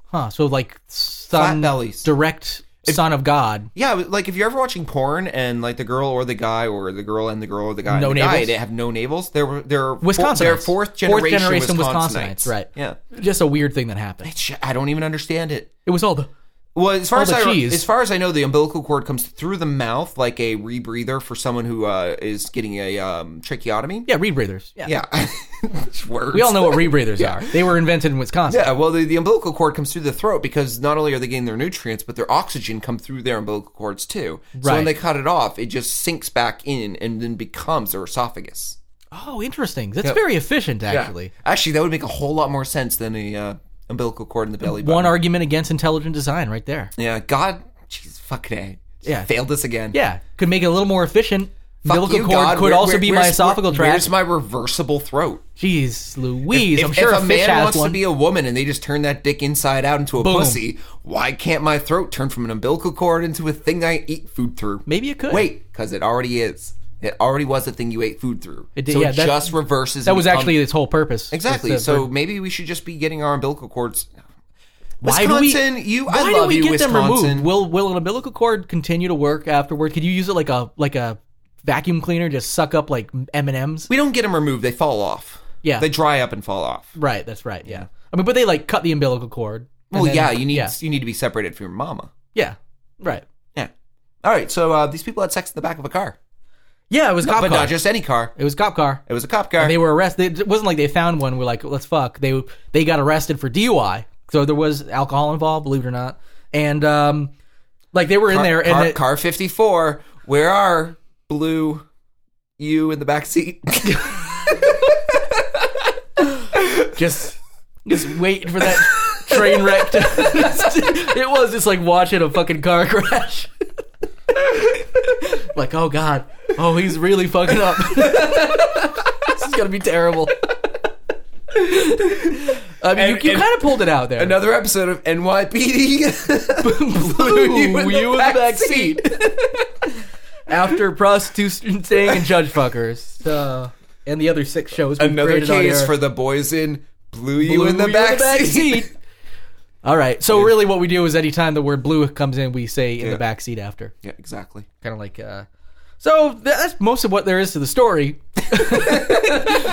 Speaker 3: huh? So like son,
Speaker 2: Flat bellies.
Speaker 3: direct son of God.
Speaker 2: Yeah, like if you're ever watching porn and like the girl or the guy or the girl and the girl or the guy,
Speaker 3: No
Speaker 2: and the guy,
Speaker 3: navels?
Speaker 2: they have no navels. They're they're
Speaker 3: Wisconsinites.
Speaker 2: They're fourth
Speaker 3: Fourth
Speaker 2: generation,
Speaker 3: generation
Speaker 2: Wisconsinites.
Speaker 3: Wisconsinites, right.
Speaker 2: Yeah,
Speaker 3: Just a weird thing that happened.
Speaker 2: Sh- I don't even understand it.
Speaker 3: It was all the
Speaker 2: Well, as far
Speaker 3: All
Speaker 2: as
Speaker 3: the
Speaker 2: I,
Speaker 3: cheese.
Speaker 2: as far as I know, the umbilical cord comes through the mouth like a rebreather for someone who uh, is getting a um, tracheotomy.
Speaker 3: yeah rebreathers. Yeah.
Speaker 2: Yeah, words.
Speaker 3: we all know what rebreathers are. They were invented in Wisconsin.
Speaker 2: Yeah, well, the, the umbilical cord comes through the throat because not only are they getting their nutrients, but their oxygen come through their umbilical cords too. So
Speaker 3: Right.
Speaker 2: when they cut it off, it just sinks back in and then becomes their esophagus.
Speaker 3: Oh, interesting. That's very efficient, actually.
Speaker 2: Actually, that would make a whole lot more sense than a uh, umbilical cord in the belly button.
Speaker 3: One argument against intelligent design, right there.
Speaker 2: yeah, God, jeez, fucking a.
Speaker 3: Yeah.
Speaker 2: Failed this again.
Speaker 3: Yeah, could make it a little more efficient.
Speaker 2: Fuck
Speaker 3: Umbilical
Speaker 2: you,
Speaker 3: cord
Speaker 2: God.
Speaker 3: could
Speaker 2: Where-
Speaker 3: also
Speaker 2: where-
Speaker 3: be my
Speaker 2: where's-
Speaker 3: esophageal
Speaker 2: where-
Speaker 3: tract.
Speaker 2: Where's my reversible throat?
Speaker 3: Jeez, Louise!
Speaker 2: If,
Speaker 3: I'm sure
Speaker 2: if
Speaker 3: a,
Speaker 2: a
Speaker 3: fish
Speaker 2: man
Speaker 3: has
Speaker 2: wants
Speaker 3: one.
Speaker 2: to be a woman and they just turn that dick inside out into a
Speaker 3: Boom.
Speaker 2: pussy, why can't my throat turn from an umbilical cord into a thing I eat food through?
Speaker 3: Maybe it could.
Speaker 2: Wait, because it already is. It already was a thing you ate food through.
Speaker 3: It did-
Speaker 2: so
Speaker 3: yeah,
Speaker 2: it
Speaker 3: that-
Speaker 2: just reverses.
Speaker 3: that
Speaker 2: and
Speaker 3: was
Speaker 2: become-
Speaker 3: actually its whole purpose.
Speaker 2: exactly.
Speaker 3: was to-
Speaker 2: so maybe we should just be getting our umbilical cords.
Speaker 3: Why do we-
Speaker 2: Wisconsin, you.
Speaker 3: why
Speaker 2: I
Speaker 3: do
Speaker 2: love
Speaker 3: we
Speaker 2: you,
Speaker 3: get
Speaker 2: Wisconsin.
Speaker 3: them removed? Will will an umbilical cord continue to work afterward? Could you use it like a like a vacuum cleaner, just suck up like M and M's?
Speaker 2: we don't get them removed. They fall off.
Speaker 3: Yeah.
Speaker 2: they dry up and fall off.
Speaker 3: Right, that's right. Yeah, I mean, but they like cut the umbilical cord. and
Speaker 2: Well,
Speaker 3: then-
Speaker 2: yeah, you need
Speaker 3: yeah,
Speaker 2: you need to be separated from your mama.
Speaker 3: yeah, right.
Speaker 2: Yeah. All right. So uh, these people had sex in the back of a car,
Speaker 3: Yeah, it was a cop
Speaker 2: but
Speaker 3: car.
Speaker 2: not just any car.
Speaker 3: it was a cop car.
Speaker 2: It was a cop car.
Speaker 3: They were arrested. It wasn't like they found one. We're like, let's fuck. They they got arrested for DUI. So there was alcohol involved, believe it or not. And um, like they were in
Speaker 2: Car-
Speaker 3: there,
Speaker 2: car,
Speaker 3: and it-
Speaker 2: car 54 where are blue you in the back seat
Speaker 3: just just waiting for that train wreck. To, it was just like watching a fucking car crash. like, oh god, oh he's really fucking up. this is gonna be terrible. I mean,
Speaker 2: And-
Speaker 3: you, you
Speaker 2: and-
Speaker 3: kind of pulled it out there.
Speaker 2: another episode of nypd
Speaker 3: Blue, you in the back seat. after prostitution thing and judge fuckers uh, and the other six shows we've
Speaker 2: another
Speaker 3: created on
Speaker 2: case
Speaker 3: air.
Speaker 2: for the boys in blue you
Speaker 3: Blue
Speaker 2: in the
Speaker 3: you
Speaker 2: back seat,
Speaker 3: all right so really what we do is anytime the word blue comes in we say in the back seat after
Speaker 2: yeah exactly
Speaker 3: kind of like uh so tha- that's most of what there is to the story i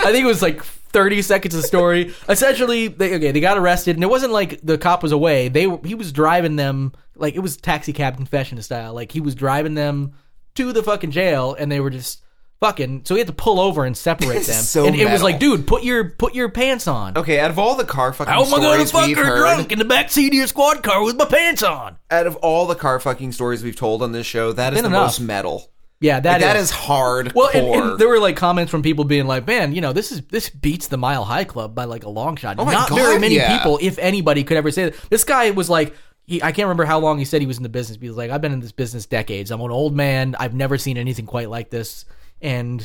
Speaker 3: think it was like 30 seconds of story essentially they okay they got arrested and it wasn't like the cop was away they were- he was driving them like it was taxi cab confession style like he was driving them to the fucking jail and they were just fucking so he had to pull over and separate them
Speaker 2: So
Speaker 3: and it was
Speaker 2: metal.
Speaker 3: like dude put your put your pants on
Speaker 2: okay out of all the car fucking
Speaker 3: Oh my god, I
Speaker 2: stories we've
Speaker 3: fucker
Speaker 2: heard
Speaker 3: drunk in the backseat of your squad car with my pants on.
Speaker 2: out of all the car fucking stories we've told on this show that is
Speaker 3: Been
Speaker 2: the
Speaker 3: enough.
Speaker 2: most metal
Speaker 3: Yeah,
Speaker 2: Like, that
Speaker 3: is-
Speaker 2: is hard
Speaker 3: Well, and, and there were like comments from people being like, "Man, you know, this is this beats the Mile High Club by like a long shot."
Speaker 2: Oh my
Speaker 3: Not
Speaker 2: God,
Speaker 3: very many
Speaker 2: yeah.
Speaker 3: people, if anybody, could ever say that. This guy was like, he, I can't remember how long he said he was in the business. But he was like, "I've been in this business decades. I'm an old man. I've never seen anything quite like this." And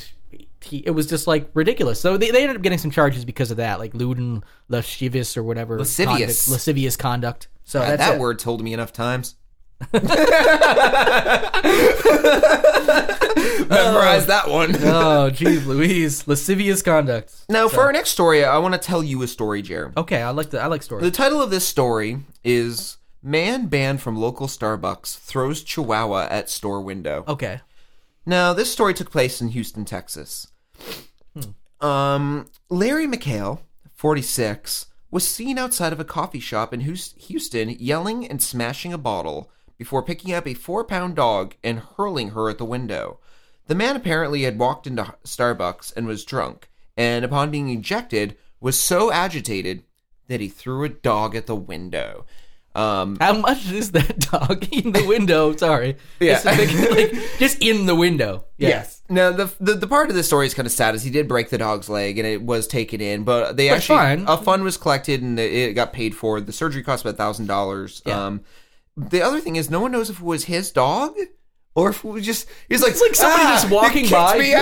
Speaker 3: he, it was just like ridiculous. So they, they ended up getting some charges because of that, like lewd and lascivious or whatever,
Speaker 2: Lascivious.
Speaker 3: conduct- lascivious conduct. So
Speaker 2: God,
Speaker 3: that's
Speaker 2: that
Speaker 3: it.
Speaker 2: word's told me enough times memorize that one
Speaker 3: oh, geez, Louise, lascivious conduct.
Speaker 2: Now, for our next story, I want to tell you a story, Jer.
Speaker 3: Okay, I like the I like
Speaker 2: The
Speaker 3: stories.
Speaker 2: title of this story is Man Banned from Local Starbucks Throws Chihuahua at Store Window.
Speaker 3: Okay.
Speaker 2: Now, this story took place in Houston, Texas. Um, Larry McHale, 46, was seen outside of a coffee shop in Hous- Houston yelling and smashing a bottle before picking up a four pound dog and hurling her at the window. The man apparently had walked into H- Starbucks and was drunk, and upon being ejected, was so agitated that he threw a dog at the window. Um,
Speaker 3: How much is that dog in the window? Sorry.
Speaker 2: Yeah.
Speaker 3: Just, like, like, just in the window. Yeah.
Speaker 2: yes. Now the, the the part of the story is kind of sad, is he did break the dog's leg and it was taken in, but they
Speaker 3: But
Speaker 2: actually
Speaker 3: fine.
Speaker 2: a fund was collected and it got paid for. The surgery cost about thousand dollars.
Speaker 3: Yeah.
Speaker 2: Um, the other thing is, no one knows if it was his dog or if it was just he's like
Speaker 3: It's like somebody
Speaker 2: "Ah,
Speaker 3: just walking
Speaker 2: it kicked
Speaker 3: by."
Speaker 2: me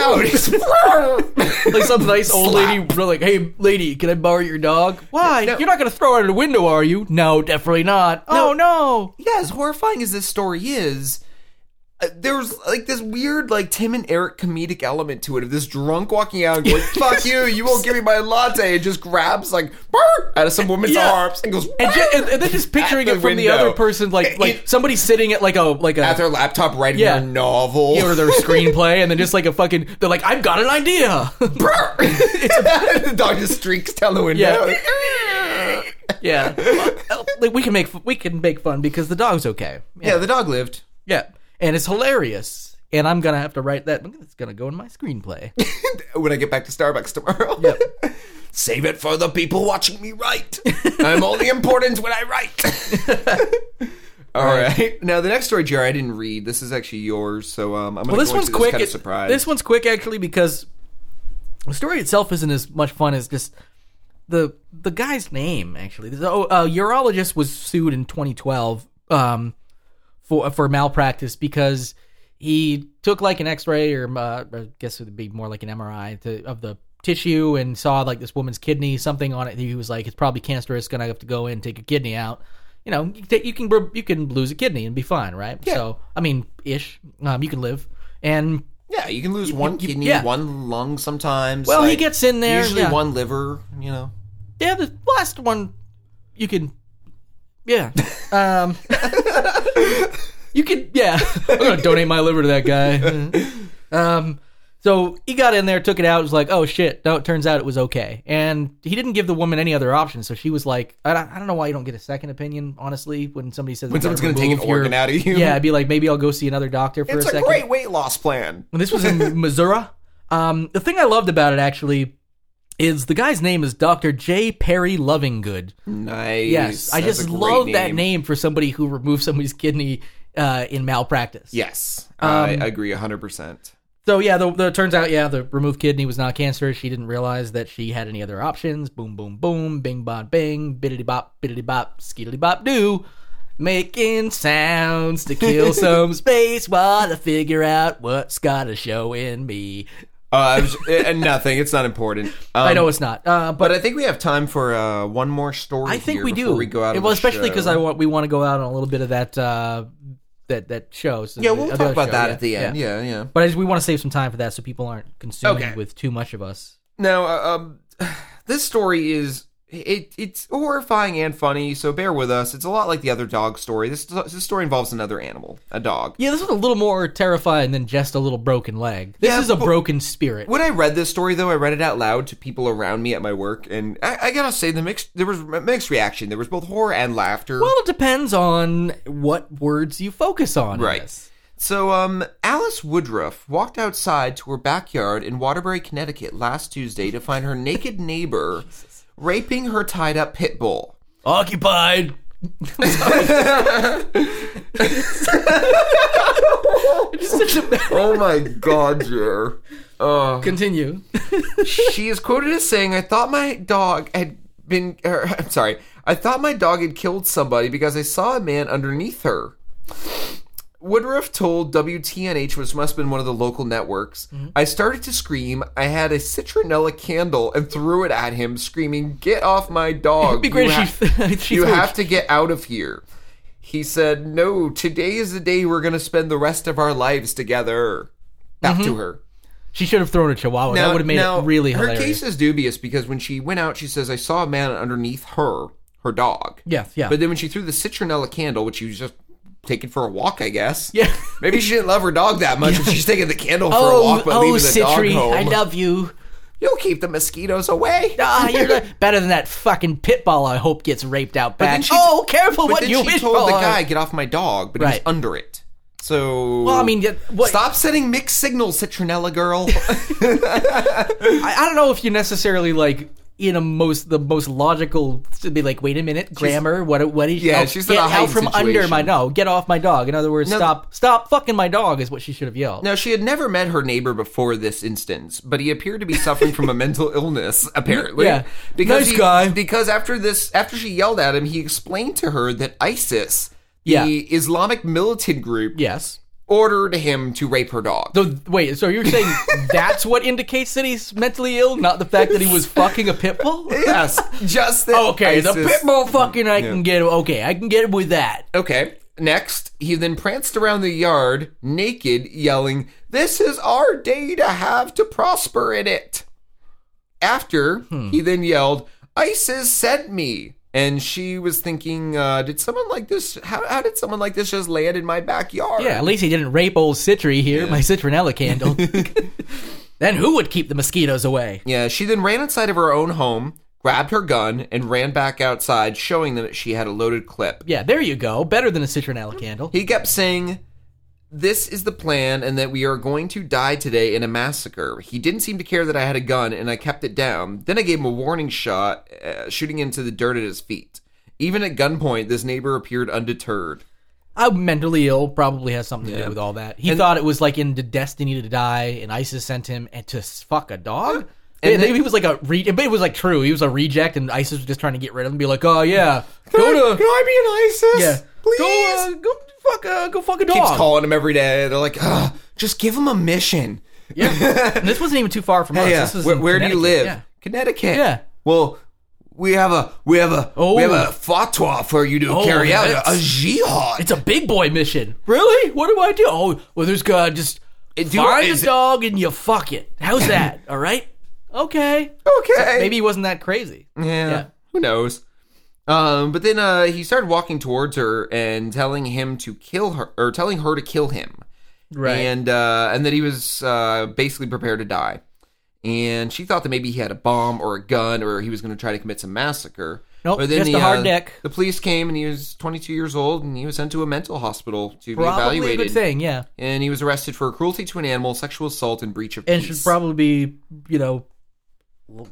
Speaker 2: out.
Speaker 3: Like some nice old lady, we're like, hey, lady, can I borrow your dog? Why?
Speaker 2: No.
Speaker 3: You're not going to throw it out a window, are you? No, definitely not. Oh, no.
Speaker 2: yeah, as horrifying as this story is, uh, there was like this weird, like Tim and Eric comedic element to it of this drunk walking out and going, "Fuck you, you won't give me my latte," and just grabs like "Brr," out of some woman's
Speaker 3: Yeah.
Speaker 2: arms and goes
Speaker 3: And, ju- and, and then just picturing
Speaker 2: the
Speaker 3: it from the
Speaker 2: window.
Speaker 3: other person, like like
Speaker 2: It-
Speaker 3: somebody sitting at like a like a
Speaker 2: at their laptop writing
Speaker 3: Yeah.
Speaker 2: their novel
Speaker 3: or their screenplay, and then just like a fucking they're like, I've got an idea.
Speaker 2: Brr. the dog just streaks down the window.
Speaker 3: yeah, Well, like we can make f- we can make fun because the dog's okay.
Speaker 2: yeah, the dog lived.
Speaker 3: Yeah, and it's hilarious. And I'm gonna have to write that. It's gonna go in my screenplay.
Speaker 2: when I get back to Starbucks tomorrow.
Speaker 3: Yep.
Speaker 2: Save it for the people watching me write. I'm only important when I write. All right. Now the next story, Jerry, I didn't read. This is actually yours, so um, I'm gonna
Speaker 3: well, this
Speaker 2: go
Speaker 3: one's
Speaker 2: into This,
Speaker 3: quick.
Speaker 2: kind of
Speaker 3: It-
Speaker 2: surprise.
Speaker 3: this one's quick actually because the story itself isn't as much fun as just the the guy's name. Actually, This- oh, a urologist was sued in 2012 um, for for malpractice because he took like an X-ray or uh, I guess it would be more like an MRI to, of the tissue and saw like this woman's kidney something on it. He was like, it's probably cancerous. Gonna have to go in take a kidney out. You know, you, ta- you can br- you can lose a kidney and be fine, right? So I mean, ish, um, you can live and.
Speaker 2: yeah, you can lose one kidney,
Speaker 3: yeah.
Speaker 2: one lung sometimes.
Speaker 3: Well, he
Speaker 2: like,
Speaker 3: gets in there,
Speaker 2: Usually
Speaker 3: yeah.
Speaker 2: one liver. You know.
Speaker 3: Yeah, the last one you can Yeah. Um You can yeah. I'm gonna donate my liver to that guy. Um so he got in there, took it out, was like, oh shit. No, it turns out it was okay. And he didn't give the woman any other option, so she was like, I don't, I don't know why you don't get a second opinion, honestly, when somebody says
Speaker 2: When someone's gonna take an
Speaker 3: "Remove your-"
Speaker 2: organ out of you.
Speaker 3: Yeah, I'd be like, maybe I'll go see another doctor for
Speaker 2: It's
Speaker 3: a
Speaker 2: a
Speaker 3: second.
Speaker 2: great weight loss plan.
Speaker 3: And this was in Missouri. Um, the thing I loved about it actually is the guy's name is Dr. J. Perry Lovingood.
Speaker 2: Nice.
Speaker 3: Yes, I
Speaker 2: That's
Speaker 3: just
Speaker 2: a great
Speaker 3: love that name for somebody who removes somebody's kidney uh, in malpractice.
Speaker 2: Yes, I
Speaker 3: Um,
Speaker 2: agree 100. percent
Speaker 3: So yeah, the, the turns out yeah, the removed kidney was not cancerous. She didn't realize that she had any other options. Boom, boom, boom, bing, bong, bing, biddity bop, biddity bop, skiddity bop, doo. Making sounds to kill some space while I figure out what's got a show in me.
Speaker 2: Uh, I was- eh, nothing. It's not important.
Speaker 3: I
Speaker 2: Um,
Speaker 3: know it's not, uh, but
Speaker 2: But I think we have time for uh, one more story.
Speaker 3: I think
Speaker 2: here
Speaker 3: we
Speaker 2: before
Speaker 3: do.
Speaker 2: We go out. of
Speaker 3: well,
Speaker 2: the
Speaker 3: especially because
Speaker 2: show.
Speaker 3: I want we want to go out on a little bit of that uh, that that show. So
Speaker 2: Yeah,
Speaker 3: the-
Speaker 2: we'll
Speaker 3: of the
Speaker 2: talk
Speaker 3: other
Speaker 2: about
Speaker 3: show,
Speaker 2: that
Speaker 3: yeah,
Speaker 2: at the end. Yeah, yeah.
Speaker 3: But I just, we want to save some time for that so people aren't consumed
Speaker 2: Okay.
Speaker 3: with too much of us.
Speaker 2: Now, uh, um, this story is it it's horrifying and funny. So bear with us. It's a lot like the other dog story. This this story involves another animal, a dog.
Speaker 3: Yeah, this was a little more terrifying than just a little broken leg. This
Speaker 2: Yeah,
Speaker 3: is a
Speaker 2: but-
Speaker 3: broken spirit.
Speaker 2: When I read this story, though, I read it out loud to people around me at my work, and I, I gotta say, the mixed there was mixed reaction. There was both horror and laughter.
Speaker 3: Well, it depends on what words you focus on. in
Speaker 2: Right.
Speaker 3: this.
Speaker 2: So, um, Alice Woodruff walked outside to her backyard in Waterbury, Connecticut last Tuesday to find her naked neighbor raping her tied up pit bull.
Speaker 3: Occupied. It's such a-
Speaker 2: Oh my god, Jer. Uh,
Speaker 3: Continue.
Speaker 2: she is quoted as saying, I thought my dog had been. Er, I'm sorry. I thought my dog had killed somebody because I saw a man underneath her. Woodruff told WTNH, which must have been one of the local networks,
Speaker 3: Mm-hmm.
Speaker 2: I started to scream. I had a citronella candle and threw it at him, screaming, Get off my dog.
Speaker 3: It'd be great
Speaker 2: You
Speaker 3: if she-
Speaker 2: ha-
Speaker 3: she
Speaker 2: You
Speaker 3: threw a
Speaker 2: have to get out of here. He said, No, today is the day we're going to spend the rest of our lives together. Back
Speaker 3: Mm-hmm.
Speaker 2: to her.
Speaker 3: She should have thrown a chihuahua.
Speaker 2: Now-
Speaker 3: Oh, that would have made
Speaker 2: now,
Speaker 3: it really
Speaker 2: her
Speaker 3: hilarious.
Speaker 2: case is dubious because when she went out, she says, "I saw a man underneath her, her dog."
Speaker 3: yes, yeah.
Speaker 2: But then when she threw the citronella candle, which she was just taking for a walk, I guess.
Speaker 3: Yeah.
Speaker 2: Maybe she didn't love her dog that much, and she's taking the candle for a
Speaker 3: oh,
Speaker 2: walk, but
Speaker 3: oh,
Speaker 2: leaving the
Speaker 3: Citri,
Speaker 2: dog home.
Speaker 3: I love you.
Speaker 2: You'll keep the mosquitoes away.
Speaker 3: Ah, you're the- better than that fucking pit ball I hope gets raped out
Speaker 2: then
Speaker 3: back.
Speaker 2: she-
Speaker 3: Oh, careful
Speaker 2: But
Speaker 3: what
Speaker 2: then
Speaker 3: you
Speaker 2: she
Speaker 3: wish
Speaker 2: told
Speaker 3: for.
Speaker 2: the guy, "Get off my dog," but he was
Speaker 3: Right.
Speaker 2: under it. So,
Speaker 3: Well, I mean, yeah, what-
Speaker 2: stop sending mixed signals, citronella girl.
Speaker 3: I, I don't know if you necessarily like in a most the most logical to be like, wait a minute, grammar. what? What is?
Speaker 2: Yeah,
Speaker 3: oh,
Speaker 2: she's in
Speaker 3: get
Speaker 2: a
Speaker 3: out
Speaker 2: hiding
Speaker 3: from under my
Speaker 2: situation.
Speaker 3: no. Get off my dog. In other words,
Speaker 2: No.
Speaker 3: stop, stop fucking my dog is what she should have yelled.
Speaker 2: Now, she had never met her neighbor before this instance, but he appeared to be suffering from a mental illness, apparently.
Speaker 3: Yeah. Nice
Speaker 2: he-
Speaker 3: guy.
Speaker 2: Because after this, after she yelled at him, he explained to her that ISIS, the
Speaker 3: Yeah.
Speaker 2: Islamic militant group,
Speaker 3: Yes.
Speaker 2: ordered him to rape her dog.
Speaker 3: So th- wait, so you're saying that's what indicates that he's mentally ill, not the fact that he was fucking a pit bull?
Speaker 2: yes, just that.
Speaker 3: Oh, Okay, the
Speaker 2: ISIS-
Speaker 3: pit bull fucking I can get okay, I can get with that.
Speaker 2: Okay. Next, he then pranced around the yard naked, yelling, This is our day to have to prosper in it. After, he then yelled, ISIS sent me. And she was thinking, uh, Did someone like this? How, how did someone like this just land in my backyard?
Speaker 3: Yeah, at least he didn't rape old Citri here, my citronella candle. then who would keep the mosquitoes away?
Speaker 2: Yeah, she then ran inside of her own home, grabbed her gun, and ran back outside, showing them that she had a loaded clip.
Speaker 3: Yeah, there you go. Better than a citronella candle.
Speaker 2: He kept saying, This is the plan, and that we are going to die today in a massacre. He didn't seem to care that I had a gun, and I kept it down. Then I gave him a warning shot, uh, shooting into the dirt at his feet. Even at gunpoint, this neighbor appeared undeterred.
Speaker 3: I'm mentally ill, probably has something to do with all that. He thought it was like in the destiny to die, and ISIS sent him and to s- fuck a dog. And
Speaker 2: then-
Speaker 3: he was like a re- but it was like true. He was a reject, and ISIS was just trying to get rid of him. Be like, oh yeah, go to
Speaker 2: I be an
Speaker 3: yeah,
Speaker 2: ISIS? Please.
Speaker 3: go, uh, go fuck a go fuck a dog.
Speaker 2: Keeps calling him every day. They're like, Ugh, just give him a mission.
Speaker 3: Yeah, and this wasn't even too far from us.
Speaker 2: Hey, uh,
Speaker 3: This was
Speaker 2: where,
Speaker 3: in
Speaker 2: where do you
Speaker 3: Connecticut.
Speaker 2: live? Connecticut.
Speaker 3: Yeah.
Speaker 2: Well, we have a we have a
Speaker 3: Oh.
Speaker 2: we have a fatwa for you to
Speaker 3: Oh,
Speaker 2: carry out a, a
Speaker 3: that's-
Speaker 2: jihad.
Speaker 3: Yeah. It's a big boy mission. Really? What do I do? Oh, well, there's God just
Speaker 2: It- do-
Speaker 3: find
Speaker 2: is it-
Speaker 3: a dog and you fuck it. How's that? All right. Okay.
Speaker 2: okay.
Speaker 3: Maybe he wasn't that crazy.
Speaker 2: Yeah.
Speaker 3: Yeah.
Speaker 2: Who knows? Um, but then uh, he started walking towards her and telling him to kill her, or telling her to kill him,
Speaker 3: Right.
Speaker 2: and uh, and that he was uh, basically prepared to die. And she thought that maybe he had a bomb or a gun, or he was going to try to commit some massacre.
Speaker 3: Nope,
Speaker 2: But then
Speaker 3: just
Speaker 2: the,
Speaker 3: a hard
Speaker 2: uh,
Speaker 3: neck.
Speaker 2: The police came, and he was 22 years old, and he was sent to a mental hospital to
Speaker 3: Probably
Speaker 2: be
Speaker 3: a
Speaker 2: evaluated.
Speaker 3: good thing. Yeah.
Speaker 2: And he was arrested for cruelty to an animal, sexual assault, and breach of
Speaker 3: And
Speaker 2: peace.
Speaker 3: should probably be, you know,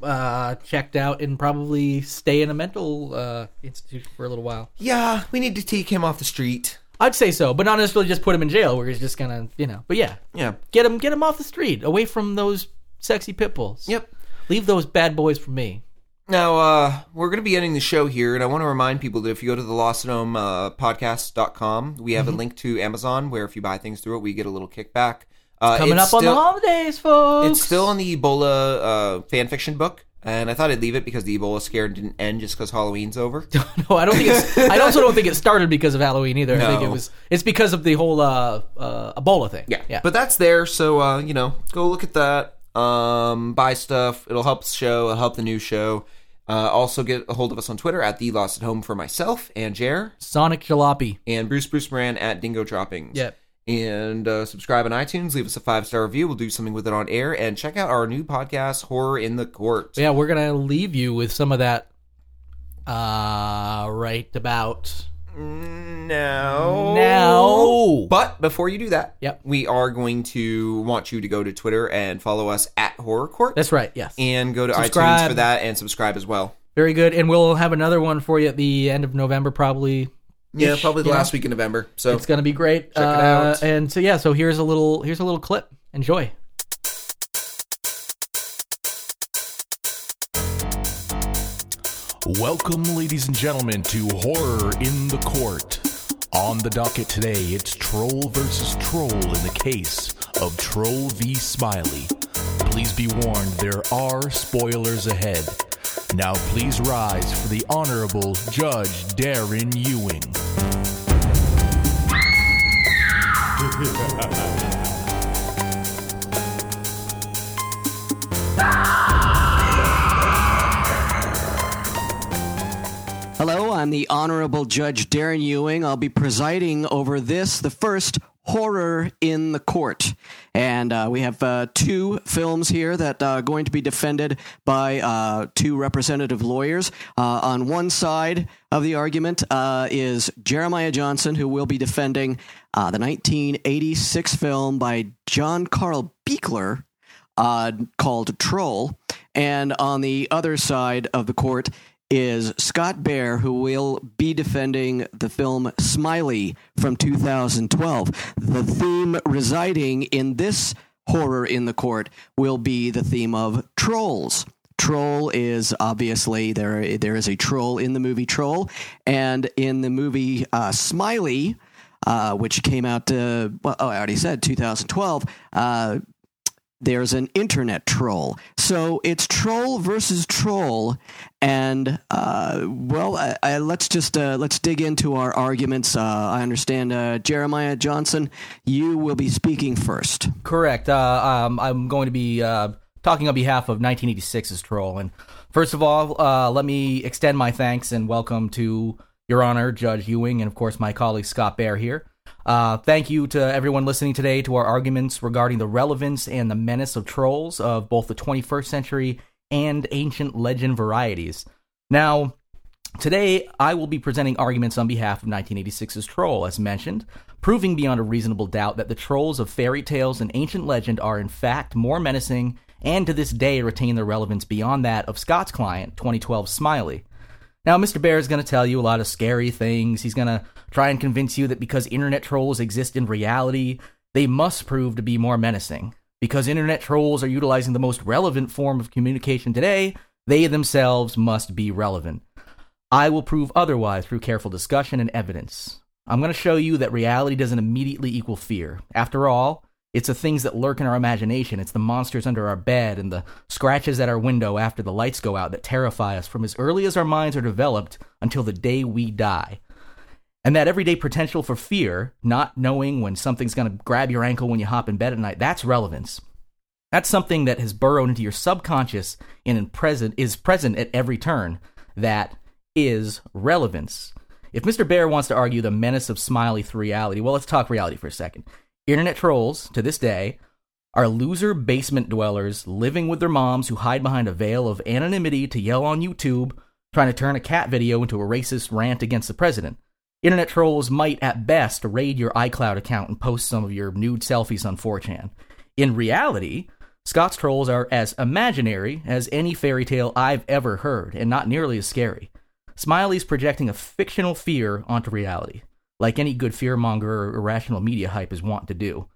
Speaker 3: uh, checked out and probably stay in a mental uh, institution for a little while.
Speaker 2: yeah, we need to take him off the street.
Speaker 3: I'd say so, but not necessarily just put him in jail where he's just gonna, you know. But yeah,
Speaker 2: Yeah.
Speaker 3: get him, get him off the street, away from those sexy pit bulls.
Speaker 2: Yep.
Speaker 3: Leave those bad boys for me.
Speaker 2: Now, uh, we're going to be ending the show here, and I want to remind people that if you go to the Lostanome, uh, podcast.com, we
Speaker 3: Mm-hmm.
Speaker 2: have a link to Amazon where if you buy things through it, we get a little kickback. Uh,
Speaker 3: Coming
Speaker 2: it's
Speaker 3: up on the
Speaker 2: still-
Speaker 3: holidays, folks.
Speaker 2: It's still in the Ebola uh, fan fiction book, and I thought I'd leave it because the Ebola scare didn't end just because Halloween's over.
Speaker 3: no. I don't think it's. I also don't think it started because of Halloween either. I think it
Speaker 2: No.
Speaker 3: was. It's because of the whole uh, uh, Ebola thing. yeah.
Speaker 2: But that's there, so, uh, you know, go look at that, um, buy stuff. It'll help the show, it'll help the new show. Uh, also, get a hold of us on Twitter at The Lost at Home for myself and Jer,
Speaker 3: Sonic Jalopy.
Speaker 2: and Bruce Bruce Moran at Dingo Droppings.
Speaker 3: Yep.
Speaker 2: And uh, subscribe on iTunes, leave us a five star review. We'll do something with it on air, and check out our new podcast, Horror in the Court.
Speaker 3: Yeah, we're gonna leave you with some of that. Uh, right about
Speaker 2: No.
Speaker 3: now.
Speaker 2: But before you do that,
Speaker 3: Yep.
Speaker 2: we are going to want you to go to Twitter and follow us at Horror Court.
Speaker 3: That's right. Yes.
Speaker 2: and go to iTunes
Speaker 3: Subscribe.
Speaker 2: for that and subscribe as well.
Speaker 3: Very good. And we'll have another one for you at the end of November, probably.
Speaker 2: Yeah, probably the
Speaker 3: yeah.
Speaker 2: last week in November. So
Speaker 3: It's gonna be great. Check
Speaker 2: it out.
Speaker 3: And so yeah, so here's a little here's a little clip. Enjoy.
Speaker 5: Welcome, ladies and gentlemen, to Horror in the Court. On the docket today, it's Troll versus Troll in the case of Troll v. Smiley. Please be warned, there are spoilers ahead. Now, please rise for the Honorable Judge Darren Ewing.
Speaker 6: Hello, I'm the Honorable Judge Darren Ewing. I'll be presiding over this, the first horror in the court. And uh, we have uh, two films here that uh, are going to be defended by uh, two representative lawyers. Uh, on one side of the argument uh, is Jeremiah Johnson, who will be defending uh, the 1986 film by John Carl Beekler uh, called Troll. And on the other side of the court is Scott Baer, who will be defending the film Smiley from 2012. The theme residing in this horror in the court will be the theme of trolls. Troll is obviously there. There is a troll in the movie Troll, and in the movie uh, Smiley, uh, which came out. Uh, well, oh, I already said 2012. Uh, there's an internet troll. So it's troll versus troll, and uh, well, I, I, let's just uh, let's dig into our arguments. Uh, I understand, uh, Jeremiah Johnson, you will be speaking first.
Speaker 3: Correct. Uh, um, I'm going to be uh, talking on behalf of 1986's Troll. And first of all, uh, let me extend my thanks and welcome to Your Honor, Judge Ewing, and of course my colleague Scott Baer here. Uh, thank you to everyone listening today to our arguments regarding the relevance and the menace of trolls of both the 21st century and ancient legend varieties. Now, Today, I will be presenting arguments on behalf of 1986's Troll, as mentioned, proving beyond a reasonable doubt that the trolls of fairy tales and ancient legend are in fact more menacing and to this day retain their relevance beyond that of Scott's client, 2012 Smiley. Now, Mr. Bear is going to tell you a lot of scary things. He's going to try and convince you that because internet trolls exist in reality, they must prove to be more menacing. Because internet trolls are utilizing the most relevant form of communication today, they themselves must be relevant. I will prove otherwise through careful discussion and evidence. I'm going to show you that reality doesn't immediately equal fear. After all, it's the things that lurk in our imagination. It's the monsters under our bed and the scratches at our window after the lights go out that terrify us from as early as our minds are developed until the day we die. And that everyday potential for fear, not knowing when something's going to grab your ankle when you hop in bed at night, that's relevance. That's something that has burrowed into your subconscious and in present, is present at every turn. That is relevance. If Mr. Bear wants to argue the menace of Smiley through reality, well, let's talk reality for a second. Internet trolls, to this day, are loser basement dwellers living with their moms who hide behind a veil of anonymity to yell on YouTube, trying to turn a cat video into a racist rant against the president. Internet trolls might, at best, raid your iCloud account and post some of your nude selfies on 4chan. In reality, Scott's trolls are as imaginary as any fairy tale I've ever heard, and not nearly as scary. Smiley's projecting a fictional fear onto reality, like any good fearmonger or irrational media hype is wont to do.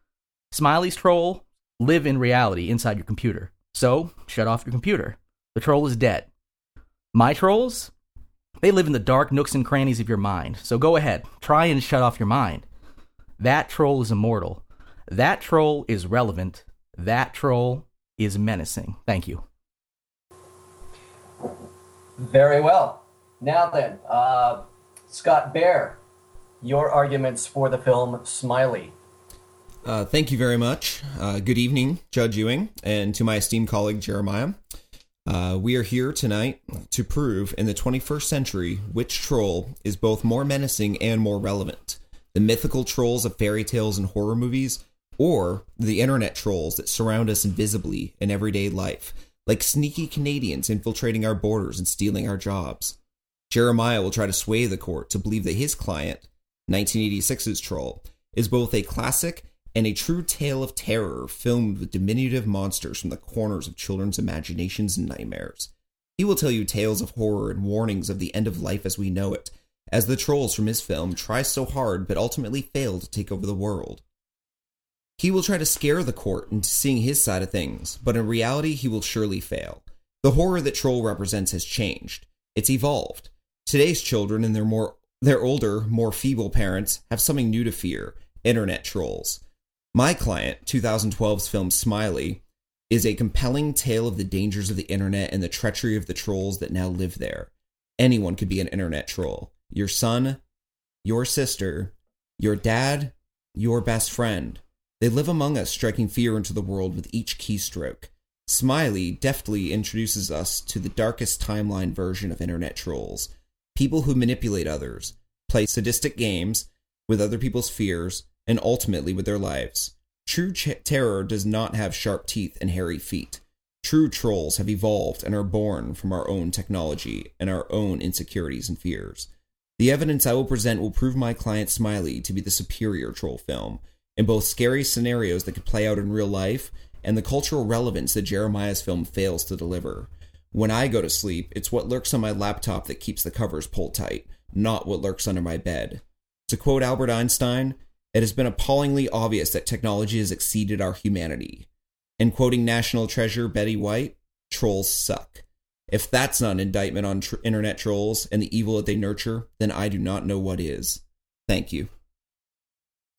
Speaker 3: Smiley's troll live in reality inside your computer. So, shut off your computer. The troll is dead. My trolls? They live in the dark nooks and crannies of your mind. So go ahead, try and shut off your mind. That troll is immortal. That troll is relevant. That troll is menacing. Thank you.
Speaker 6: Very well. Now then, uh, Scott Bear, your arguments for the film Smiley.
Speaker 2: Uh, thank you very much. Uh, good evening, Judge Ewing, and to my esteemed colleague Jeremiah. Uh, we are here tonight to prove in the 21st century which troll is both more menacing and more relevant the mythical trolls of fairy tales and horror movies, or the internet trolls that surround us invisibly in everyday life, like sneaky Canadians infiltrating our borders and stealing our jobs. Jeremiah will try to sway the court to believe that his client, 1986's Troll, is both a classic and a true tale of terror filmed with diminutive monsters from the corners of children's imaginations and nightmares. He will tell you tales of horror and warnings of the end of life as we know it, as the trolls from his film try so hard but ultimately fail to take over the world. He will try to scare the court into seeing his side of things, but in reality, he will surely fail. The horror that Troll represents has changed. It's evolved. Today's children and their more their older, more feeble parents have something new to fear: internet trolls. My client, 2012's film Smiley, is a compelling tale of the dangers of the internet and the treachery of the trolls that now live there. Anyone could be an internet troll. Your son, your sister, your dad, your best friend. They live among us, striking fear into the world with each keystroke. Smiley deftly introduces us to the darkest timeline version of internet trolls people who manipulate others, play sadistic games with other people's fears, and ultimately with their lives. True ch- terror does not have sharp teeth and hairy feet. True trolls have evolved and are born from our own technology and our own insecurities and fears. The evidence I will present will prove my client Smiley to be the superior troll film in both scary scenarios that could play out in real life and the cultural relevance that Jeremiah's film fails to deliver. When I go to sleep, it's what lurks on my laptop that keeps the covers pulled tight, not what lurks under my bed. To quote Albert Einstein, it has been appallingly obvious that technology has exceeded our humanity. And quoting National Treasure Betty White, trolls suck. If that's not an indictment on tr- internet trolls and the evil that they nurture, then I do not know what is. Thank you.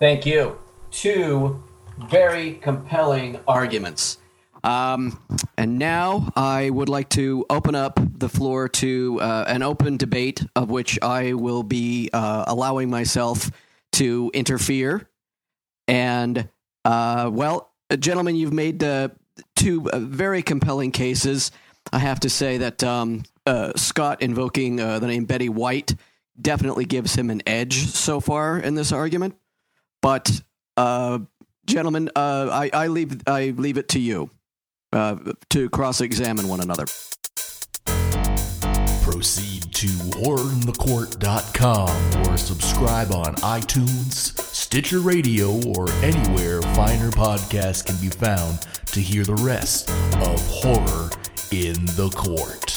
Speaker 6: Thank you. Two very compelling arguments. Um, and now I would like to open up the floor to uh, an open debate of which I will be uh, allowing myself to interfere. And, uh, well, gentlemen, you've made uh, two uh, very compelling cases. I have to say that um, uh, Scott invoking uh, the name Betty White definitely gives him an edge so far in this argument. But, uh, gentlemen, uh, I, I leave I leave it to you uh, to cross-examine one another.
Speaker 5: Proceed to horrorinthecourt.com or subscribe on iTunes, Stitcher Radio, or anywhere finer podcasts can be found to hear the rest of Horror in the Court.